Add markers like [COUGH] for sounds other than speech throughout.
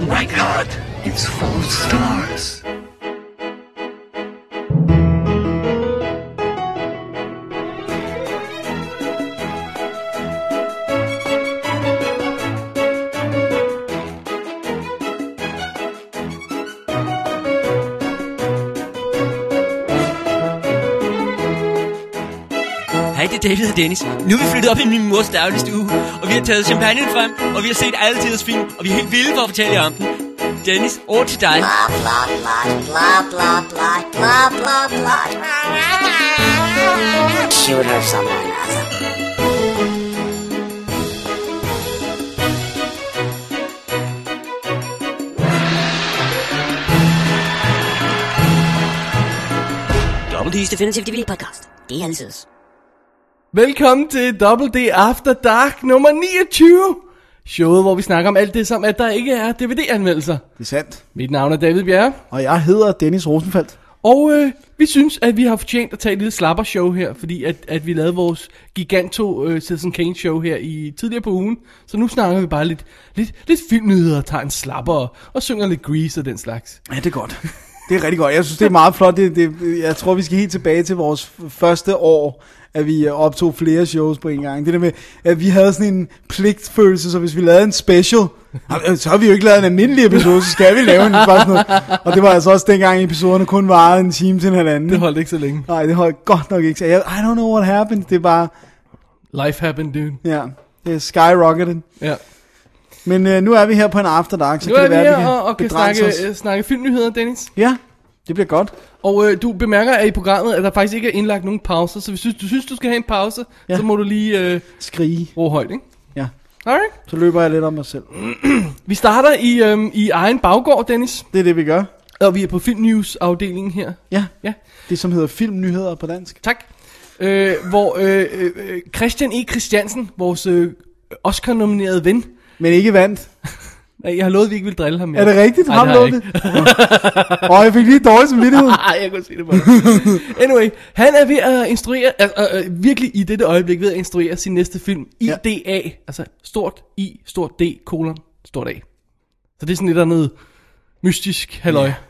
My god, it's full of stars. Hej, det er David og Dennis. Nu er vi flyttet op i min mors daglige stue, og vi har taget champagne frem, og vi har set alle tiders film, og vi er helt vilde for at fortælle jer om den. Dennis, over til dig. Blah blah blah blah blah blah blah blah blah. Shoot her someone. altså. Dobbeltis, det Definitive DVD podcast. Det er altid. Velkommen til Double D After Dark nummer 29. Showet, hvor vi snakker om alt det, som at der ikke er DVD-anmeldelser. Det er sandt. Mit navn er David Bjerre, Og jeg hedder Dennis Rosenfeldt. og øh, vi synes, at vi har fortjent at tage et lille slapper show her, fordi at, at vi lavede vores giganto øh, Citizen Kane show her i tidligere på ugen. Så nu snakker vi bare lidt, lidt, lidt filmnyheder og tager en slapper og, og synger lidt Grease og den slags. Ja, det er godt. [LAUGHS] Det er rigtig godt. Jeg synes, det er meget flot. Det, det, jeg tror, vi skal helt tilbage til vores f- første år, at vi øh, optog flere shows på en gang. Det der med, at vi havde sådan en pligtfølelse, så hvis vi lavede en special, "Jamen, øh, så har vi jo ikke lavet en almindelig episode, så skal vi lave en. Bare sådan noget. Og det var altså også dengang, episoderne kun varede en time til en halvanden. Det holdt ikke så længe. Nej, det holdt godt nok ikke. Så Jeg, I don't know what happened. Det er bare, Life happened, dude. ja, det er skyrocketed. Ja. Men øh, nu er vi her på en after dark, så Nu kan er det vi være, at vi her kan og, og kan begrænse snakke, os. øh, snakke filmnyheder, Dennis. Ja, det bliver godt. Og øh, du bemærker at i programmet, at der faktisk ikke er indlagt nogen pauser, så hvis du, du synes, du skal have en pause, ja. Ja. så må du lige øh, Skrige. bruge højt, ikke? Ja, Alright. så løber jeg lidt om mig selv. Vi starter i, øhm, i egen baggård, Dennis, Det er det, vi gør. og vi er på Film News-afdelingen her. Ja, Ja, det som hedder filmnyheder på dansk. tak. Øh, hvor øh, øh, Christian E. Christiansen, vores øh, Oscar-nominerede ven, Men ikke vandt. nej, jeg har lovet, at vi ikke vil drille ham mere. Er det rigtigt? Ej, Ham det har jeg lå det? Åh, oh, jeg fik lige dårlig samvittighed. [LAUGHS] Ej, jeg kunne se det på dig. Anyway, han er ved at instruere, altså, øh, øh, virkelig i dette øjeblik ved at instruere sin næste film, Ja. IDA, altså stort I, stort D, kolon, stort A. Så det er sådan lidt andet mystisk halløj. Ja. [LAUGHS]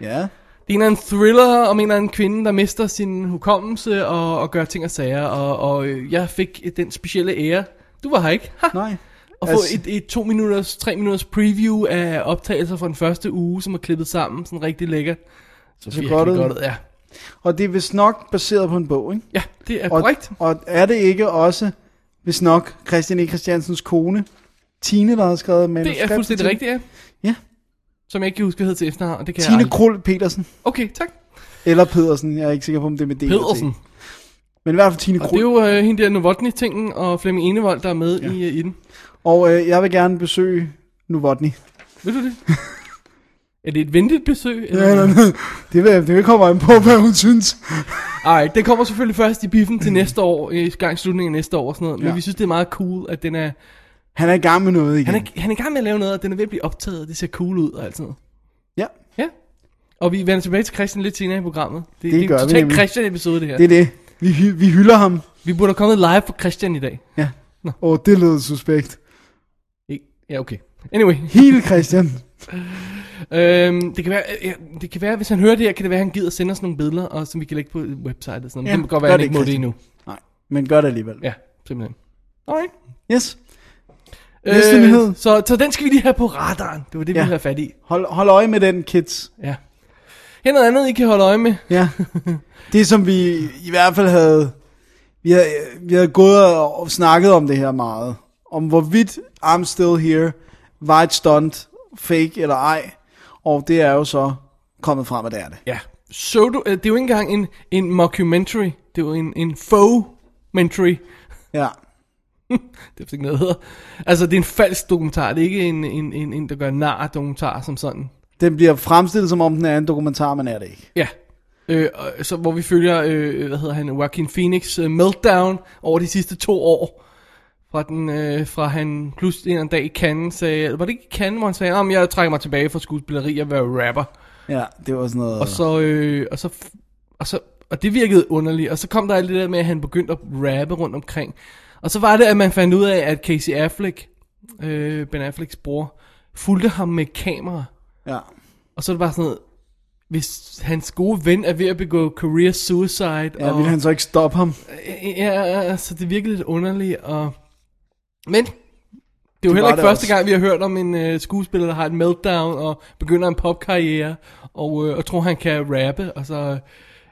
Ja, Det er en eller anden thriller om en eller anden kvinde, der mister sin hukommelse og, og gør ting og sager, og, og øh, jeg fik den specielle ære, du var her ikke, ha, nej. at få altså- et, et to minutters, tre minutters preview af optagelser fra den første uge, som er klippet sammen, sådan rigtig lækkert. Så, så godt ud. ja. Og det er vist nok baseret på en bog, ikke? Ja, det er Og, korrekt. og er det ikke også, hvis nok, Christian E. Christiansens kone, Tine, der har skrevet manuskriptet? Det er fuldstændig til rigtigt, ja. Ja. Som jeg ikke kan huske, hvad hedder til efternavn. Det kan den? jeg Tine aldrig. Krul Petersen. Okay, tak. Eller Pedersen, jeg er ikke sikker på, om det er med D. eller T. Pedersen. Men i hvert fald Tine Og det Krul. er jo øh, hende der Novotny-tingen og Flemming Enevold, der er med ja. i, øh, i den. Og øh, jeg vil gerne besøge Novotny. Ved du [LAUGHS] det? er det et venligt besøg? Eller? Ja, eller noget. det, vil, det kommer an på, hvad hun synes. Ej, den kommer selvfølgelig først i biffen til næste år, i gang slutningen af næste år og sådan noget. Men Ja. vi synes, det er meget cool, at den er... Han er i gang med noget igen. Han er, han er i gang med at lave noget, og den er ved at blive optaget, og det ser cool ud og alt sådan noget. Ja, Ja. Og vi vender tilbage til Christian lidt senere i programmet. Det, det, det er gør en vi totalt nemlig. Christian-episode, det her. det er det. Vi, hy- vi hylder ham. Vi burde have kommet live for Christian i dag. Ja. Åh, oh, det lød suspekt. E- Ja, okay. Anyway. Hele Christian. Øhm, det, kan være, øh, ja, det kan være, hvis han hører det her, kan det være, at han gider sende os nogle billeder, og som vi kan lægge på websitet. og Sådan. Ja, Ja, det kan godt være, gør at han det, ikke må det Christian. endnu. Nej, men gør det alligevel. Ja, simpelthen. Alright. Yes. Næste nyhed. Så, så den skal vi lige have på radaren. Det var det, ja. Ja. vi havde fat i. Hold, hold øje med den, kids. Ja. Her er noget andet, I kan holde øje med. Ja. Det som vi i hvert fald havde... Vi havde, øh, vi havde gået og og snakket om det her meget. Om hvorvidt I'm Still Here var et stunt, fake eller ej. Og det er jo så kommet frem, at det er det. Ja. Så du, øh, det er jo ikke engang en, en mockumentary. Det er jo en, en faux-mentary. Ja. Det er vist ikke noget, der hedder. Altså, det er en falsk dokumentar. Det er ikke en, en, en, en der gør nar af dokumentar som sådan. Den bliver fremstillet, som om den er en dokumentar, men er det ikke. Ja. Øh, og så hvor vi følger, øh, hvad hedder han, Joaquin Phoenix øh, meltdown over de sidste to år. Fra, den, øh, fra han pludselig en eller anden dag i Cannes sagde, eller var det ikke i Cannes, hvor han sagde, om jeg trækker mig tilbage fra skuespilleri og være rapper. Ja, det var sådan noget... Og så, øh, og så, f- og så, og det virkede underligt. Og så kom der alt det der med, at han begyndte at rappe rundt omkring. Og så var det, at man fandt ud af, at Casey Affleck, øh, Ben Afflecks bror, fulgte ham med kamera. Ja. Og så er det bare sådan noget, hvis hans gode ven er ved at begå career suicide. Ja, og, ville han så ikke stoppe ham? ja, så det virkelig lidt underligt. Og... Men det er jo var heller ikke det første også. gang, vi har hørt om en øh, skuespiller, der har en meltdown og begynder en popkarriere og, øh, og tror, han kan rappe. Og så,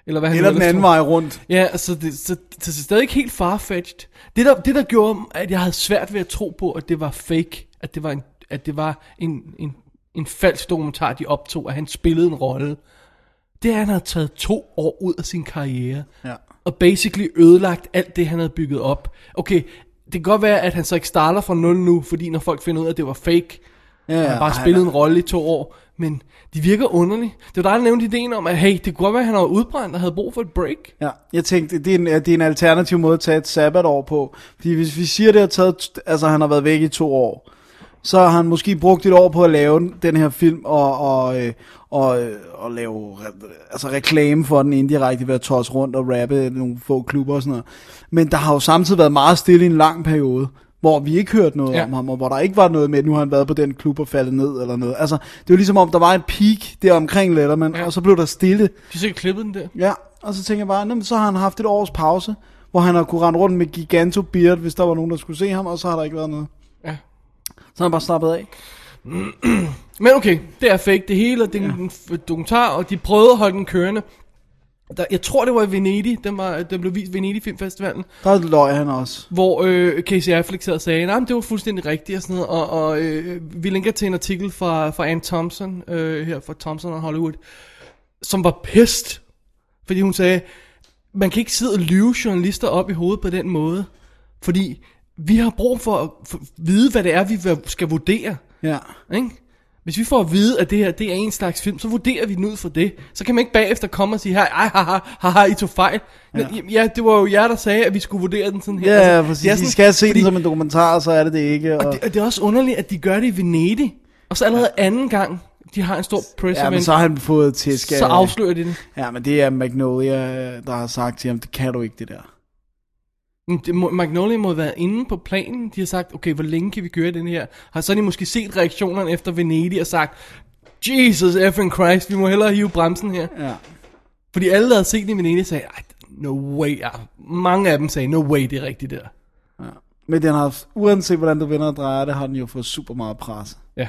eller hvad han Eller nu den ellers anden tror. vej rundt. Ja, altså, det, så, så det er stadig ikke helt farfetched. Det der, det der gjorde, at jeg havde svært ved at tro på, at det var fake, at det var en, at det var en, en, en falsk dokumentar, de optog, at han spillede en rolle, det er, at han havde taget to år ud af sin karriere, Ja. og basically ødelagt alt det, han havde bygget op. Okay, det kan godt være, at han så ikke starter fra nul nu, fordi når folk finder ud af, at det var fake, Ja, han har bare ej, spillet nej. en rolle i to år, men de virker underligt. Det var dig, der nævnte ideen om, at hey, det kunne godt være, at han var udbrændt og havde brug for et break. Ja, jeg tænkte, det er, en, det er en alternativ måde at tage et sabbatår på. Fordi hvis vi siger, det har taget, altså han har været væk i to år, så har han måske brugt et år på at lave den- den her film og, og, øh, og, øh, og lave re- altså reklame for den indirekte ved at tosse rundt og rappe nogle få klubber og sådan noget. Men der har jo samtidig været meget stille i en lang periode, hvor vi ikke hørte noget Ja. ja. om ham, og hvor der ikke var noget med, at nu har han været på den klub og faldet ned eller noget. Altså, det var ligesom om, der var et peak der omkring Letterman, ja. og så blev der stille. De har sikkert klippet den der. Ja, og så tænker jeg bare, "Nå, men så har han haft et års pause, hvor han har kunnet rende rundt med giganto beard, hvis der var nogen, der skulle se ham, og så har der ikke været noget. Ja. Så har han bare slappet af. Men okay, det er fake det hele, og det er en f- dokumentar, og de prøvede at holde den kørende. Der, jeg tror, det var i Venedig, den, var, den blev vist Venedig Filmfestivalen, Der løg han også. hvor øh, Casey Affleck sad og sagde, nej, men det var fuldstændig rigtigt og sådan noget, og, og øh, vi linker til en artikel fra, fra Anne Thompson, øh, her fra Thompson og Hollywood, som var pissed, fordi hun sagde, man kan ikke sidde og lyve journalister op i hovedet på den måde, fordi vi har brug for at f- vide, hvad det er, vi skal vurdere. Ja. Ikke? Hvis vi får at vide, at det her det er en slags film, så vurderer vi den ud fra det. Så kan man ikke bagefter komme og sige, her, ej, haha, haha, I tog fejl. Ja. ja, det var jo jer, der sagde, at vi skulle vurdere den sådan her. Ja, altså, det præcis. er Sådan, de skal se fordi... den som en dokumentar, så er det det ikke. Og... og det, og det er også underligt, at de gør det i Venedig. Og så allerede anden gang, de har en stor press Ja, men event, så har han fået til skal... så afslører de det. Ja, men det er Magnolia, der har sagt til ham, det kan du ikke, det der. Men det må- Magnolia må have været inde på planen. De har sagt, okay, hvor længe kan vi køre den her? Har så har de måske set reaktionerne efter Venedig og sagt, Jesus effing Christ, vi må hellere hive bremsen her. Ja. Fordi alle, der havde set det i Venedig, sagde, "Ej, no way. Ja, mange af dem sagde, no way, det er rigtigt der. Men den har, uanset hvordan du vender og drejer det, har den jo fået super meget pres. Ja.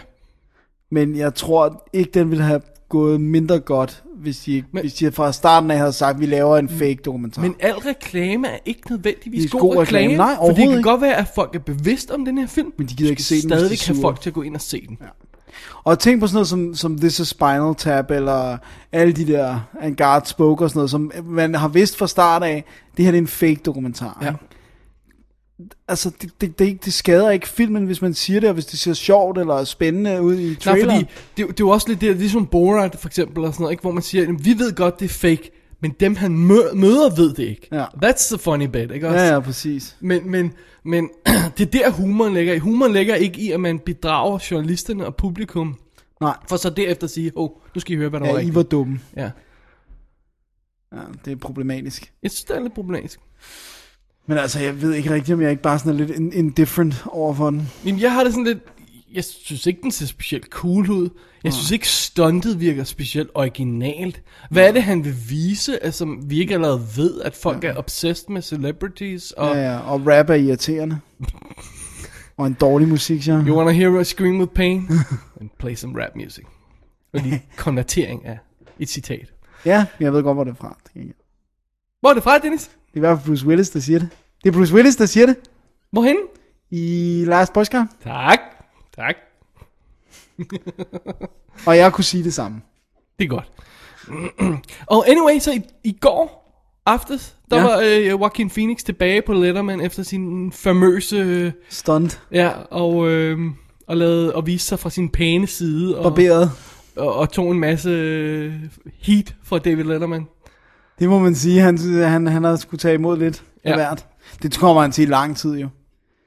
Men jeg tror ikke, den ville have gået mindre godt, hvis de, Men- Mm. men, hvis de fra starten af havde sagt, at vi laver en fake dokumentar. Men al reklame er ikke nødvendigvis Det er god, god reklame. reklame. Nej, for det kan overhovedet godt være, at folk er bevidst om den her film. Men de gider Du ikke skal se den, hvis de stadigvæk er have sure. folk til at gå ind og se den. Ja. Og tænk på sådan noget som, som This is Spinal Tap, eller alle de der Angard Spoke og sådan noget, som man har vidst fra start af, det her det er en fake dokumentar. Ja. ikke? Altså, det, det, det, er ikke- det skader ikke filmen, hvis man siger det, og hvis det ser sjovt eller spændende ud i Nej, traileren. fordi det, det er jo også lidt det, ligesom Borat for eksempel, og sådan noget, ikke? hvor man siger, "Jamen, vi ved godt, det er fake, men dem han mø- møder ved det ikke. Ja. That's the funny bit, ikke også? Ja, ja, præcis. Men, men, men [CLEARS THROAT] det er der humoren ligger i. Humoren ligger ikke i, at man bedrager journalisterne og publikum, Nej, for så derefter at sige, åh, oh, nu skal I høre, hvad der var ja, I rigtigt. var dumme. Ja. Ja, det er problematisk. Jeg synes, det er lidt problematisk. Men altså, jeg ved ikke rigtigt, om jeg ikke bare sådan er lidt in- indifferent over for den. Jamen, jeg har det sådan lidt... Jeg synes ikke, den ser specielt cool ud. Jeg synes ikke, stuntet virker specielt originalt. Hvad er det, han vil vise, altså, som vi ikke allerede ved, at folk er obsessed med celebrities? Og Ja, ja, og rap er [LAUGHS] irriterende. og en dårlig musik, ja. you wanna hear us scream with [LAUGHS] pain? And play some rap music. Og lige konvertering af et citat. Ja, men jeg ved godt, hvor det er fra. Det er Hvor er det fra, Dennis? i hvert fald Bruce Willis, der siger det. Det er Bruce Willis, der siger det Hvorhen? i Last Postcard. Tak. Tak. Og jeg kunne sige det samme. Det er godt. [CLEARS THROAT] og anyway, så i, i går aftes, der ja. Ja. var øh, Joaquin Phoenix tilbage på Letterman efter sin famøse... Øh, Stunt. ja, og, øh, og, lavede, og viste sig fra sin pæne side. Og, Barberet. og, og tog en masse øh, heat fra David Letterman. Det må man sige. Han, han, han har skulle tage imod lidt ja. Ja. af hvert. Det kommer han til i lang tid jo.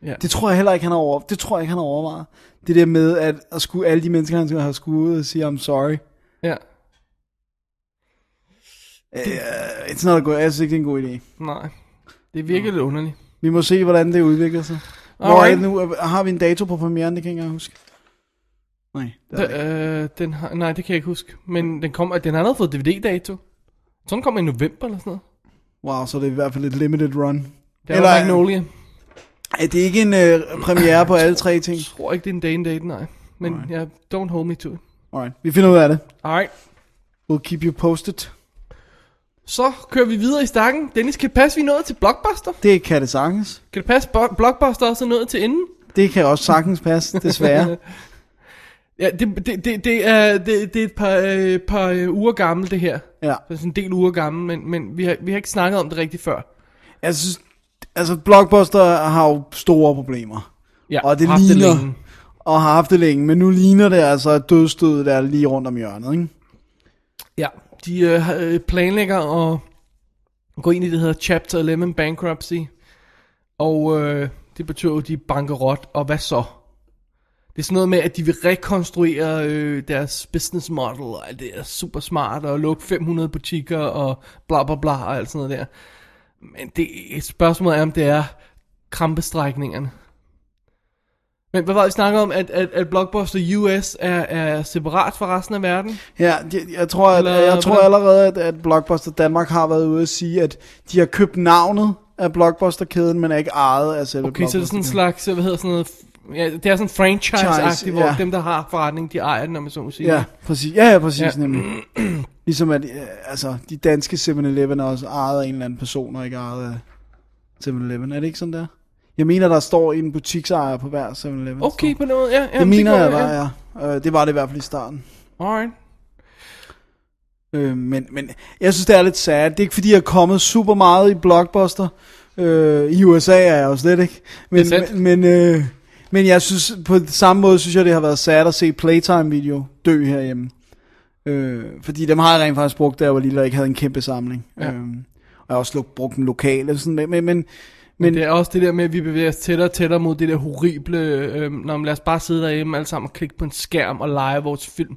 Ja. Det tror jeg heller ikke, han har over, det tror jeg ikke, han har overvejet. Det der med, at, at skulle, alle de mennesker, han skulle have skulle ud og sige, I'm sorry. Ja, Uh, it's not a good, jeg synes ikke, det er en god idé. nej. Det virker lidt underligt. Vi må se, hvordan det udvikler sig. Hvor er Alright. det nu? Har vi en dato på premieren? Det kan jeg ikke engang huske. Nej. Det er der ikke. Da, øh, den har, nej, det kan jeg ikke huske. Men den, kom, den har allerede fået DVD-dato. Sådan kom den i november eller sådan noget. Wow, så er det i hvert fald et limited run. Det er Eller, Magnolia. Jeg Er det ikke en øh, premiere på alle tre ting? tror ikke, det er en Dane date, nej. Men Nej. ja, don't hold me to it. Alright, vi finder ud af det. Alright. We'll keep you posted. Så kører vi videre i stakken. Dennis, kan det passe, vi er nået til Blockbuster? Det kan det sagtens. Kan det passe, bo- Blockbuster også er nået til enden? Det kan også sagtens passe, desværre. Ja, det, det, det, det, er, det, det er et par, øh, par øh, uger gammel, det her. Ja. Det er sådan en del uger gammel, men, men vi, har, vi har ikke snakket om det rigtigt før. Jeg synes, altså Blockbuster har jo store problemer. Ja, Og det haft ligner- længe. Og har haft det længe, men nu ligner det altså et dødstød, der er lige rundt om hjørnet, ikke? Ja, de øh, har- øh, planlægger at gå ind i det, der hedder Chapter 11 Bankruptcy. Og øh, det betyder jo, at de er bankerot, og hvad så? Det er sådan noget med, at de vil rekonstruere øh, deres business model, og alt det er super smart, og lukke 500 butikker, og bla bla bla, og alt sådan noget der. Men det, spørgsmålet er, om det er krampestrækningerne. Men hvad var det, vi snakkede om, at, at, at Blockbuster US er, er separat fra resten af verden? Ja, jeg, jeg tror, at, Eller jeg tror hvordan? allerede, at, at Blockbuster Danmark har været ude at sige, at de har købt navnet af Blockbuster-kæden, men er ikke ejet af selve Okay, så er det sådan en Blockbuster-kæden. slags, hvad hedder sådan noget, f- ja, det er sådan franchise-agtigt, hvor ja. dem, der har forretning, de ejer den, om jeg så må sige. Ja, præcis. Ja, ja, præcis Ja. ja. [CLEARS THROAT] nemlig. Ligesom at øh, altså, de danske 7-Eleven er også ejet af en eller anden person, og ikke ejet af 7-Eleven. Er det ikke sådan der? Jeg mener, der står en butiksejer på hver 7-Eleven. Okay, på noget, ja. ja det mener jeg bare, ja. Øh, det var det i hvert fald i starten. Alright. Øh, men, men jeg synes, det er lidt sad. Det er ikke, fordi jeg er kommet super meget i blockbuster. Øh, I USA er jeg jo slet ikke. Men, Det er sandt. men, øh, men jeg synes, på samme måde synes jeg, det har været sad at se Playtime-video dø herhjemme. Øh, fordi dem har jeg rent faktisk brugt, da jeg var lille og ikke havde en kæmpe samling. Ja. Øh, og jeg har også lu- brugt den lokale. Sådan, men, men, men, Men Men- det er også det der med, at vi bevæger os tættere og tættere mod det der horrible, øh, når man lad os bare sidde derhjemme alle sammen og klikke på en skærm og lege vores film.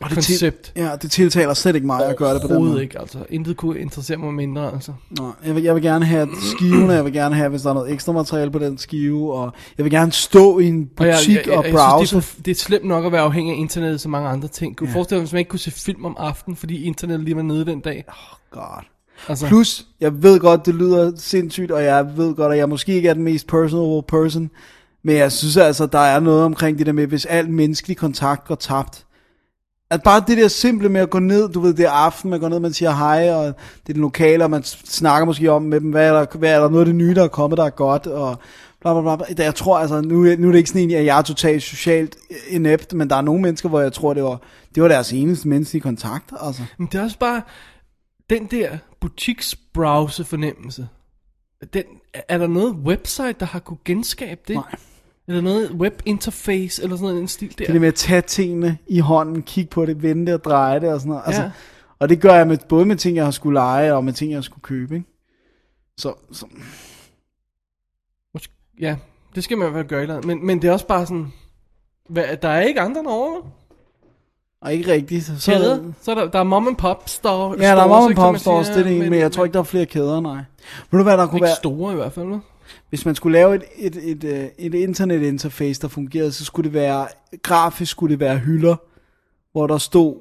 Og det til- koncept. ja, det tiltaler slet ikke mig at gøre det på den Overhovedet måde. ikke, altså. Intet kunne interessere mig mindre, altså. Nå, jeg, vil, jeg vil gerne have skiven, og jeg vil gerne have, hvis der er noget ekstra materiale på den skive, og jeg vil gerne stå i en butik og, browse. synes, det, er, for- det er slemt nok at være afhængig af internettet så mange andre ting. Kunne du Ja. forestille dig, hvis man ikke kunne se film om aftenen, fordi internettet lige var nede den dag? God. Altså, Ah, Plus, jeg ved godt, det lyder sindssygt, og jeg ved godt, at jeg måske ikke er den mest personable person, men jeg synes altså, der er noget omkring det der med, hvis al menneskelig kontakt går tabt. At bare det der simple med at gå ned, du ved, det er aften, man går ned, man siger hej, og det er den lokale, og man snakker måske om med dem, hvad er der, hvad er der noget af det nye, der er kommet, der er godt, og bla bla bla. bla. Jeg tror altså, nu, nu er det ikke sådan egentlig, at jeg er totalt socialt inept, men der er nogle mennesker, hvor jeg tror, det var, det var deres eneste menneskelige kontakt, altså. Men det er også bare den der butiksbrowse fornemmelse. Den, er der noget website, der har kunne genskabe det? Nej. Er der noget webinterface eller sådan noget, i den stil der? Det der med at tage tingene i hånden, kigge på det, vende det og dreje det og sådan noget. Altså, Ja. ja. Og det gør jeg med, både med ting, jeg har skulle lege, og med ting, jeg skulle købe. Ikke? Så, så Mås- ja, det skal man i hvert fald gøre i landet. Men, men det er også bare sådan, hvad, der er ikke andre derovre. og ikke rigtigt. Så, Kæder. Så er der, der er mom and pop store. Ja, der er stores, mange ikke, som man pop stores, det siger, er det ene, men jeg tror ikke, der er flere kæder, nej. Ved du hvad, der kunne ikke være, store i hvert fald. vel? hvis man skulle lave et, et, et, øh, et internetinterface, der fungerede, så skulle det være, grafisk skulle det være hylder, hvor der stod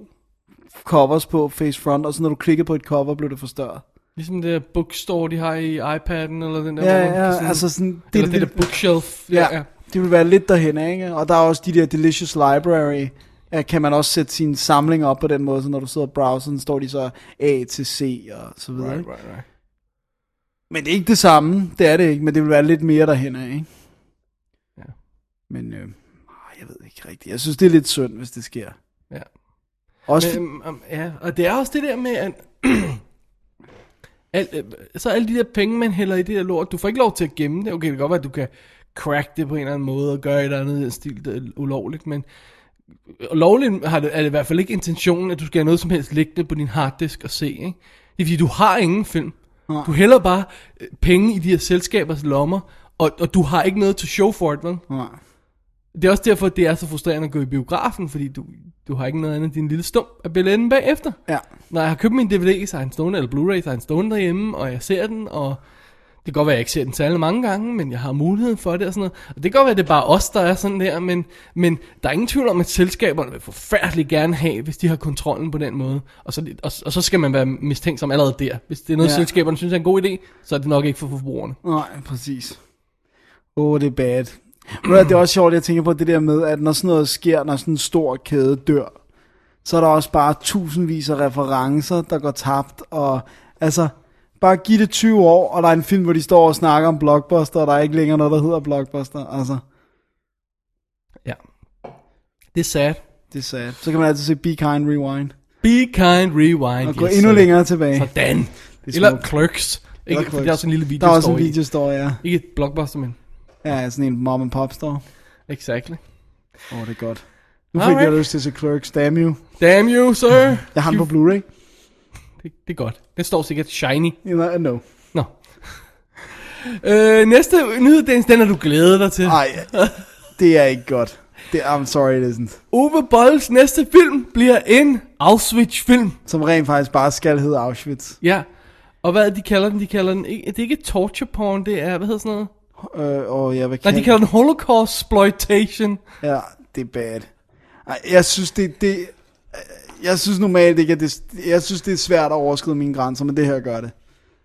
covers på face front, og så når du klikkede på et cover, blev det forstørret. Ligesom det der bookstore, de har i iPad'en eller den der. Ja, hvor man kan ja, sådan- altså sådan, det, eller det, der bookshelf. Ja, ja. det vil være lidt derhen, ikke? Og der er også de der Delicious Library, at kan man også sætte sine samlinger op på den måde, så når du sidder og browser, så står de så A til C og så videre. Right, Right. right, right. Men det er ikke det samme, det er det ikke, men det vil være lidt mere derhen af, ikke? Ja. Men øh, ah, jeg ved ikke rigtigt. Jeg synes, det er lidt synd, hvis det sker. Ja. Også for, Men, um, ja, og det er også det der med, at [CLEARS THROAT] alt, øh, så alle de der penge, man hælder i det der lort, du får ikke lov til at gemme det. Okay, det kan godt være, at du kan crack det på en eller anden måde og gøre et eller andet i den stil, det er ulovligt, men og lovligt har det, er det i hvert fald ikke intentionen, at du skal have noget som helst liggende på din harddisk og se. Ikke? Det er fordi, du har ingen film. Nej. Du hælder bare øh, penge i de her selskabers lommer, og, og du har ikke noget til show for det, vel? nej. Det er også derfor, det er så frustrerende at gå i biografen, fordi du, du har ikke noget andet end din lille stump af billetten bagefter. Ja. Når jeg har købt min DVD, så har jeg en stående, eller Blu-ray, så har jeg en stående derhjemme, og jeg ser den, og Det kan godt være, at jeg ikke ser den særlig mange gange, men jeg har muligheden for det og sådan noget. Og det kan godt være, at det er bare os, der er sådan der, men, men der er ingen tvivl om, at selskaberne vil forfærdeligt gerne have, hvis de har kontrollen på den måde. Og så, og, og så skal man være mistænksom allerede der. Hvis det er noget, Ja. ja. selskaberne synes er en god idé, så er det nok ikke for forbrugerne. Nej, præcis. Åh, oh, det er bad. Men det er også sjovt, at jeg tænker på det der med, at når sådan noget sker, når sådan en stor kæde dør, så er der også bare tusindvis af referencer, der går tabt, og altså, bare giv det 20 år, og der er en film, hvor de står og snakker om blockbuster, og der er ikke længere noget, der hedder blockbuster, altså, Ja. Det er sad. det er sad. Så kan man altid se Be Kind Rewind, Be kind, rewind. og gå yes, endnu sir. længere tilbage. Sådan. Det er Eller smukt. Clerks. Ikke, Eller for der er Clerks. også en lille video, der er også en videostory, ja. Ikke et blockbuster, men... Ja, sådan en mom and pop store. Exactly. Åh, oh, det er godt. Nu fik Alright. jeg lyst til at se Clerks, damn you. Damn you, sir. Jeg har den på Blu-ray. det, det er godt. Den står sikkert shiny. You know, no. Nå. [LAUGHS] Øh, næste nyhed, Dennis, den har du glædet dig til. Ej, det er ikke godt. Det, I'm sorry, it isn't. Ove Bolles næste film bliver en Auschwitz-film. Som rent faktisk bare skal hedde Auschwitz. Ja. Og hvad er det, de kalder den? De kalder den... ikke- Det er ikke torture porn, det er... Hvad hedder sådan noget? Øh, og jeg vil Nej, de kalder den Holocaust Exploitation. Ja, det er bad. Ej, jeg synes, det, det øh, jeg synes normalt ikke, at det, jeg synes, det er svært at overskride mine grænser, men det her gør det.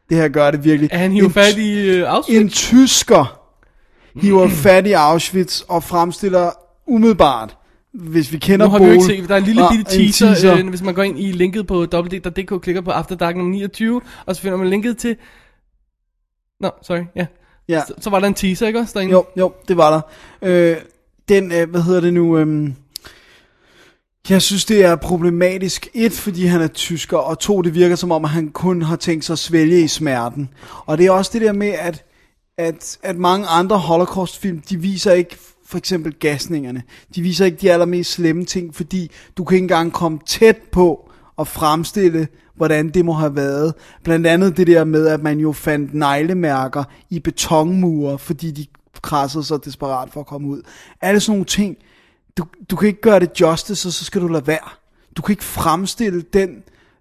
Det her gør det virkelig. Er han hiver En fat i øh, Auschwitz? En tysker hiver fat i Auschwitz og fremstiller umiddelbart, hvis vi kender Nu har vi jo ikke Bol- set, der er en lille Ah, bitte teaser, teaser. Øh, hvis man går ind i linket på www.dk, klikker på After Dark nummer 29, og så finder man linket til... Nå, sorry, ja. ja. Så, så var der en teaser, ikke også derinde? Jo, jo, det var der. Øh, den, øh, hvad hedder det nu? Øh, jeg synes, det er problematisk. Et, fordi han er tysker, og to, det virker som om, at han kun har tænkt sig at svælge i smerten. Og det er også det der med, at, at, at mange andre holocaustfilm, de viser ikke for eksempel gasningerne. De viser ikke de allermest slemme ting, fordi du kan ikke engang komme tæt på at fremstille, hvordan det må have været. Blandt andet det der med, at man jo fandt neglemærker i betonmure, fordi de krassede så desperat for at komme ud. Alle sådan nogle ting, du, du kan ikke gøre det justice, og så skal du lade være. Du kan ikke fremstille den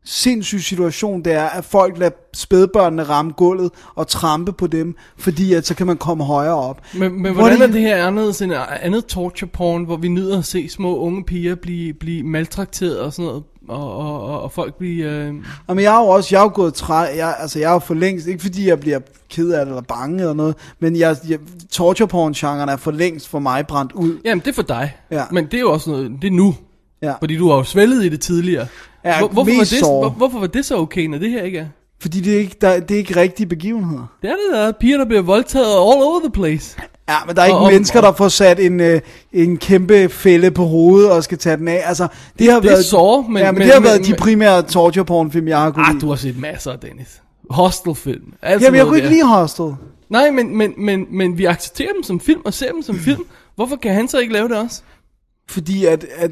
sindssyge situation, det er, at folk lader spædbørnene ramme gulvet og trampe på dem, fordi at så kan man komme højere op. Men, men Hvor hvordan er det her anderledes end andet torture porn, hvor vi nyder at se små unge piger blive, blive maltrakteret og sådan noget, og, og, og, og folk blive... Øh... Jamen, jeg har jo også, jeg er jo gået træ, jeg, altså jeg er jo for længst, ikke fordi jeg bliver ked af det eller bange eller noget, men jeg, jeg torture porn genren er for længst for mig brændt ud. Jamen, det er for dig. Ja. Men det er jo også noget, det er nu. Ja. Fordi du har jo svælget i det tidligere. Ja, Hvor, hvorfor, var mest det, sår. hvor, hvorfor var det så okay, når det her ikke er? Fordi det er ikke, der, det er ikke rigtige begivenheder. Det er det der, piger, der bliver voldtaget all over the place. Ja, men der er ikke Og- og- mennesker, der får sat en, øh, en kæmpe fælde på hovedet og skal tage den af. Altså, det har det er været, sår, men- ja, men, men- det har men- været de men- primære torture porn film, jeg har kunnet Ah, lide. du har set masser, Dennis. Hostelfilm. alt sådan Jamen, jeg noget kunne ikke der. lide Hostel. Nej, men, men, men, men vi accepterer dem som film og ser dem som [CLEARS THROAT] film. Hvorfor kan han så ikke lave det også? Fordi at, at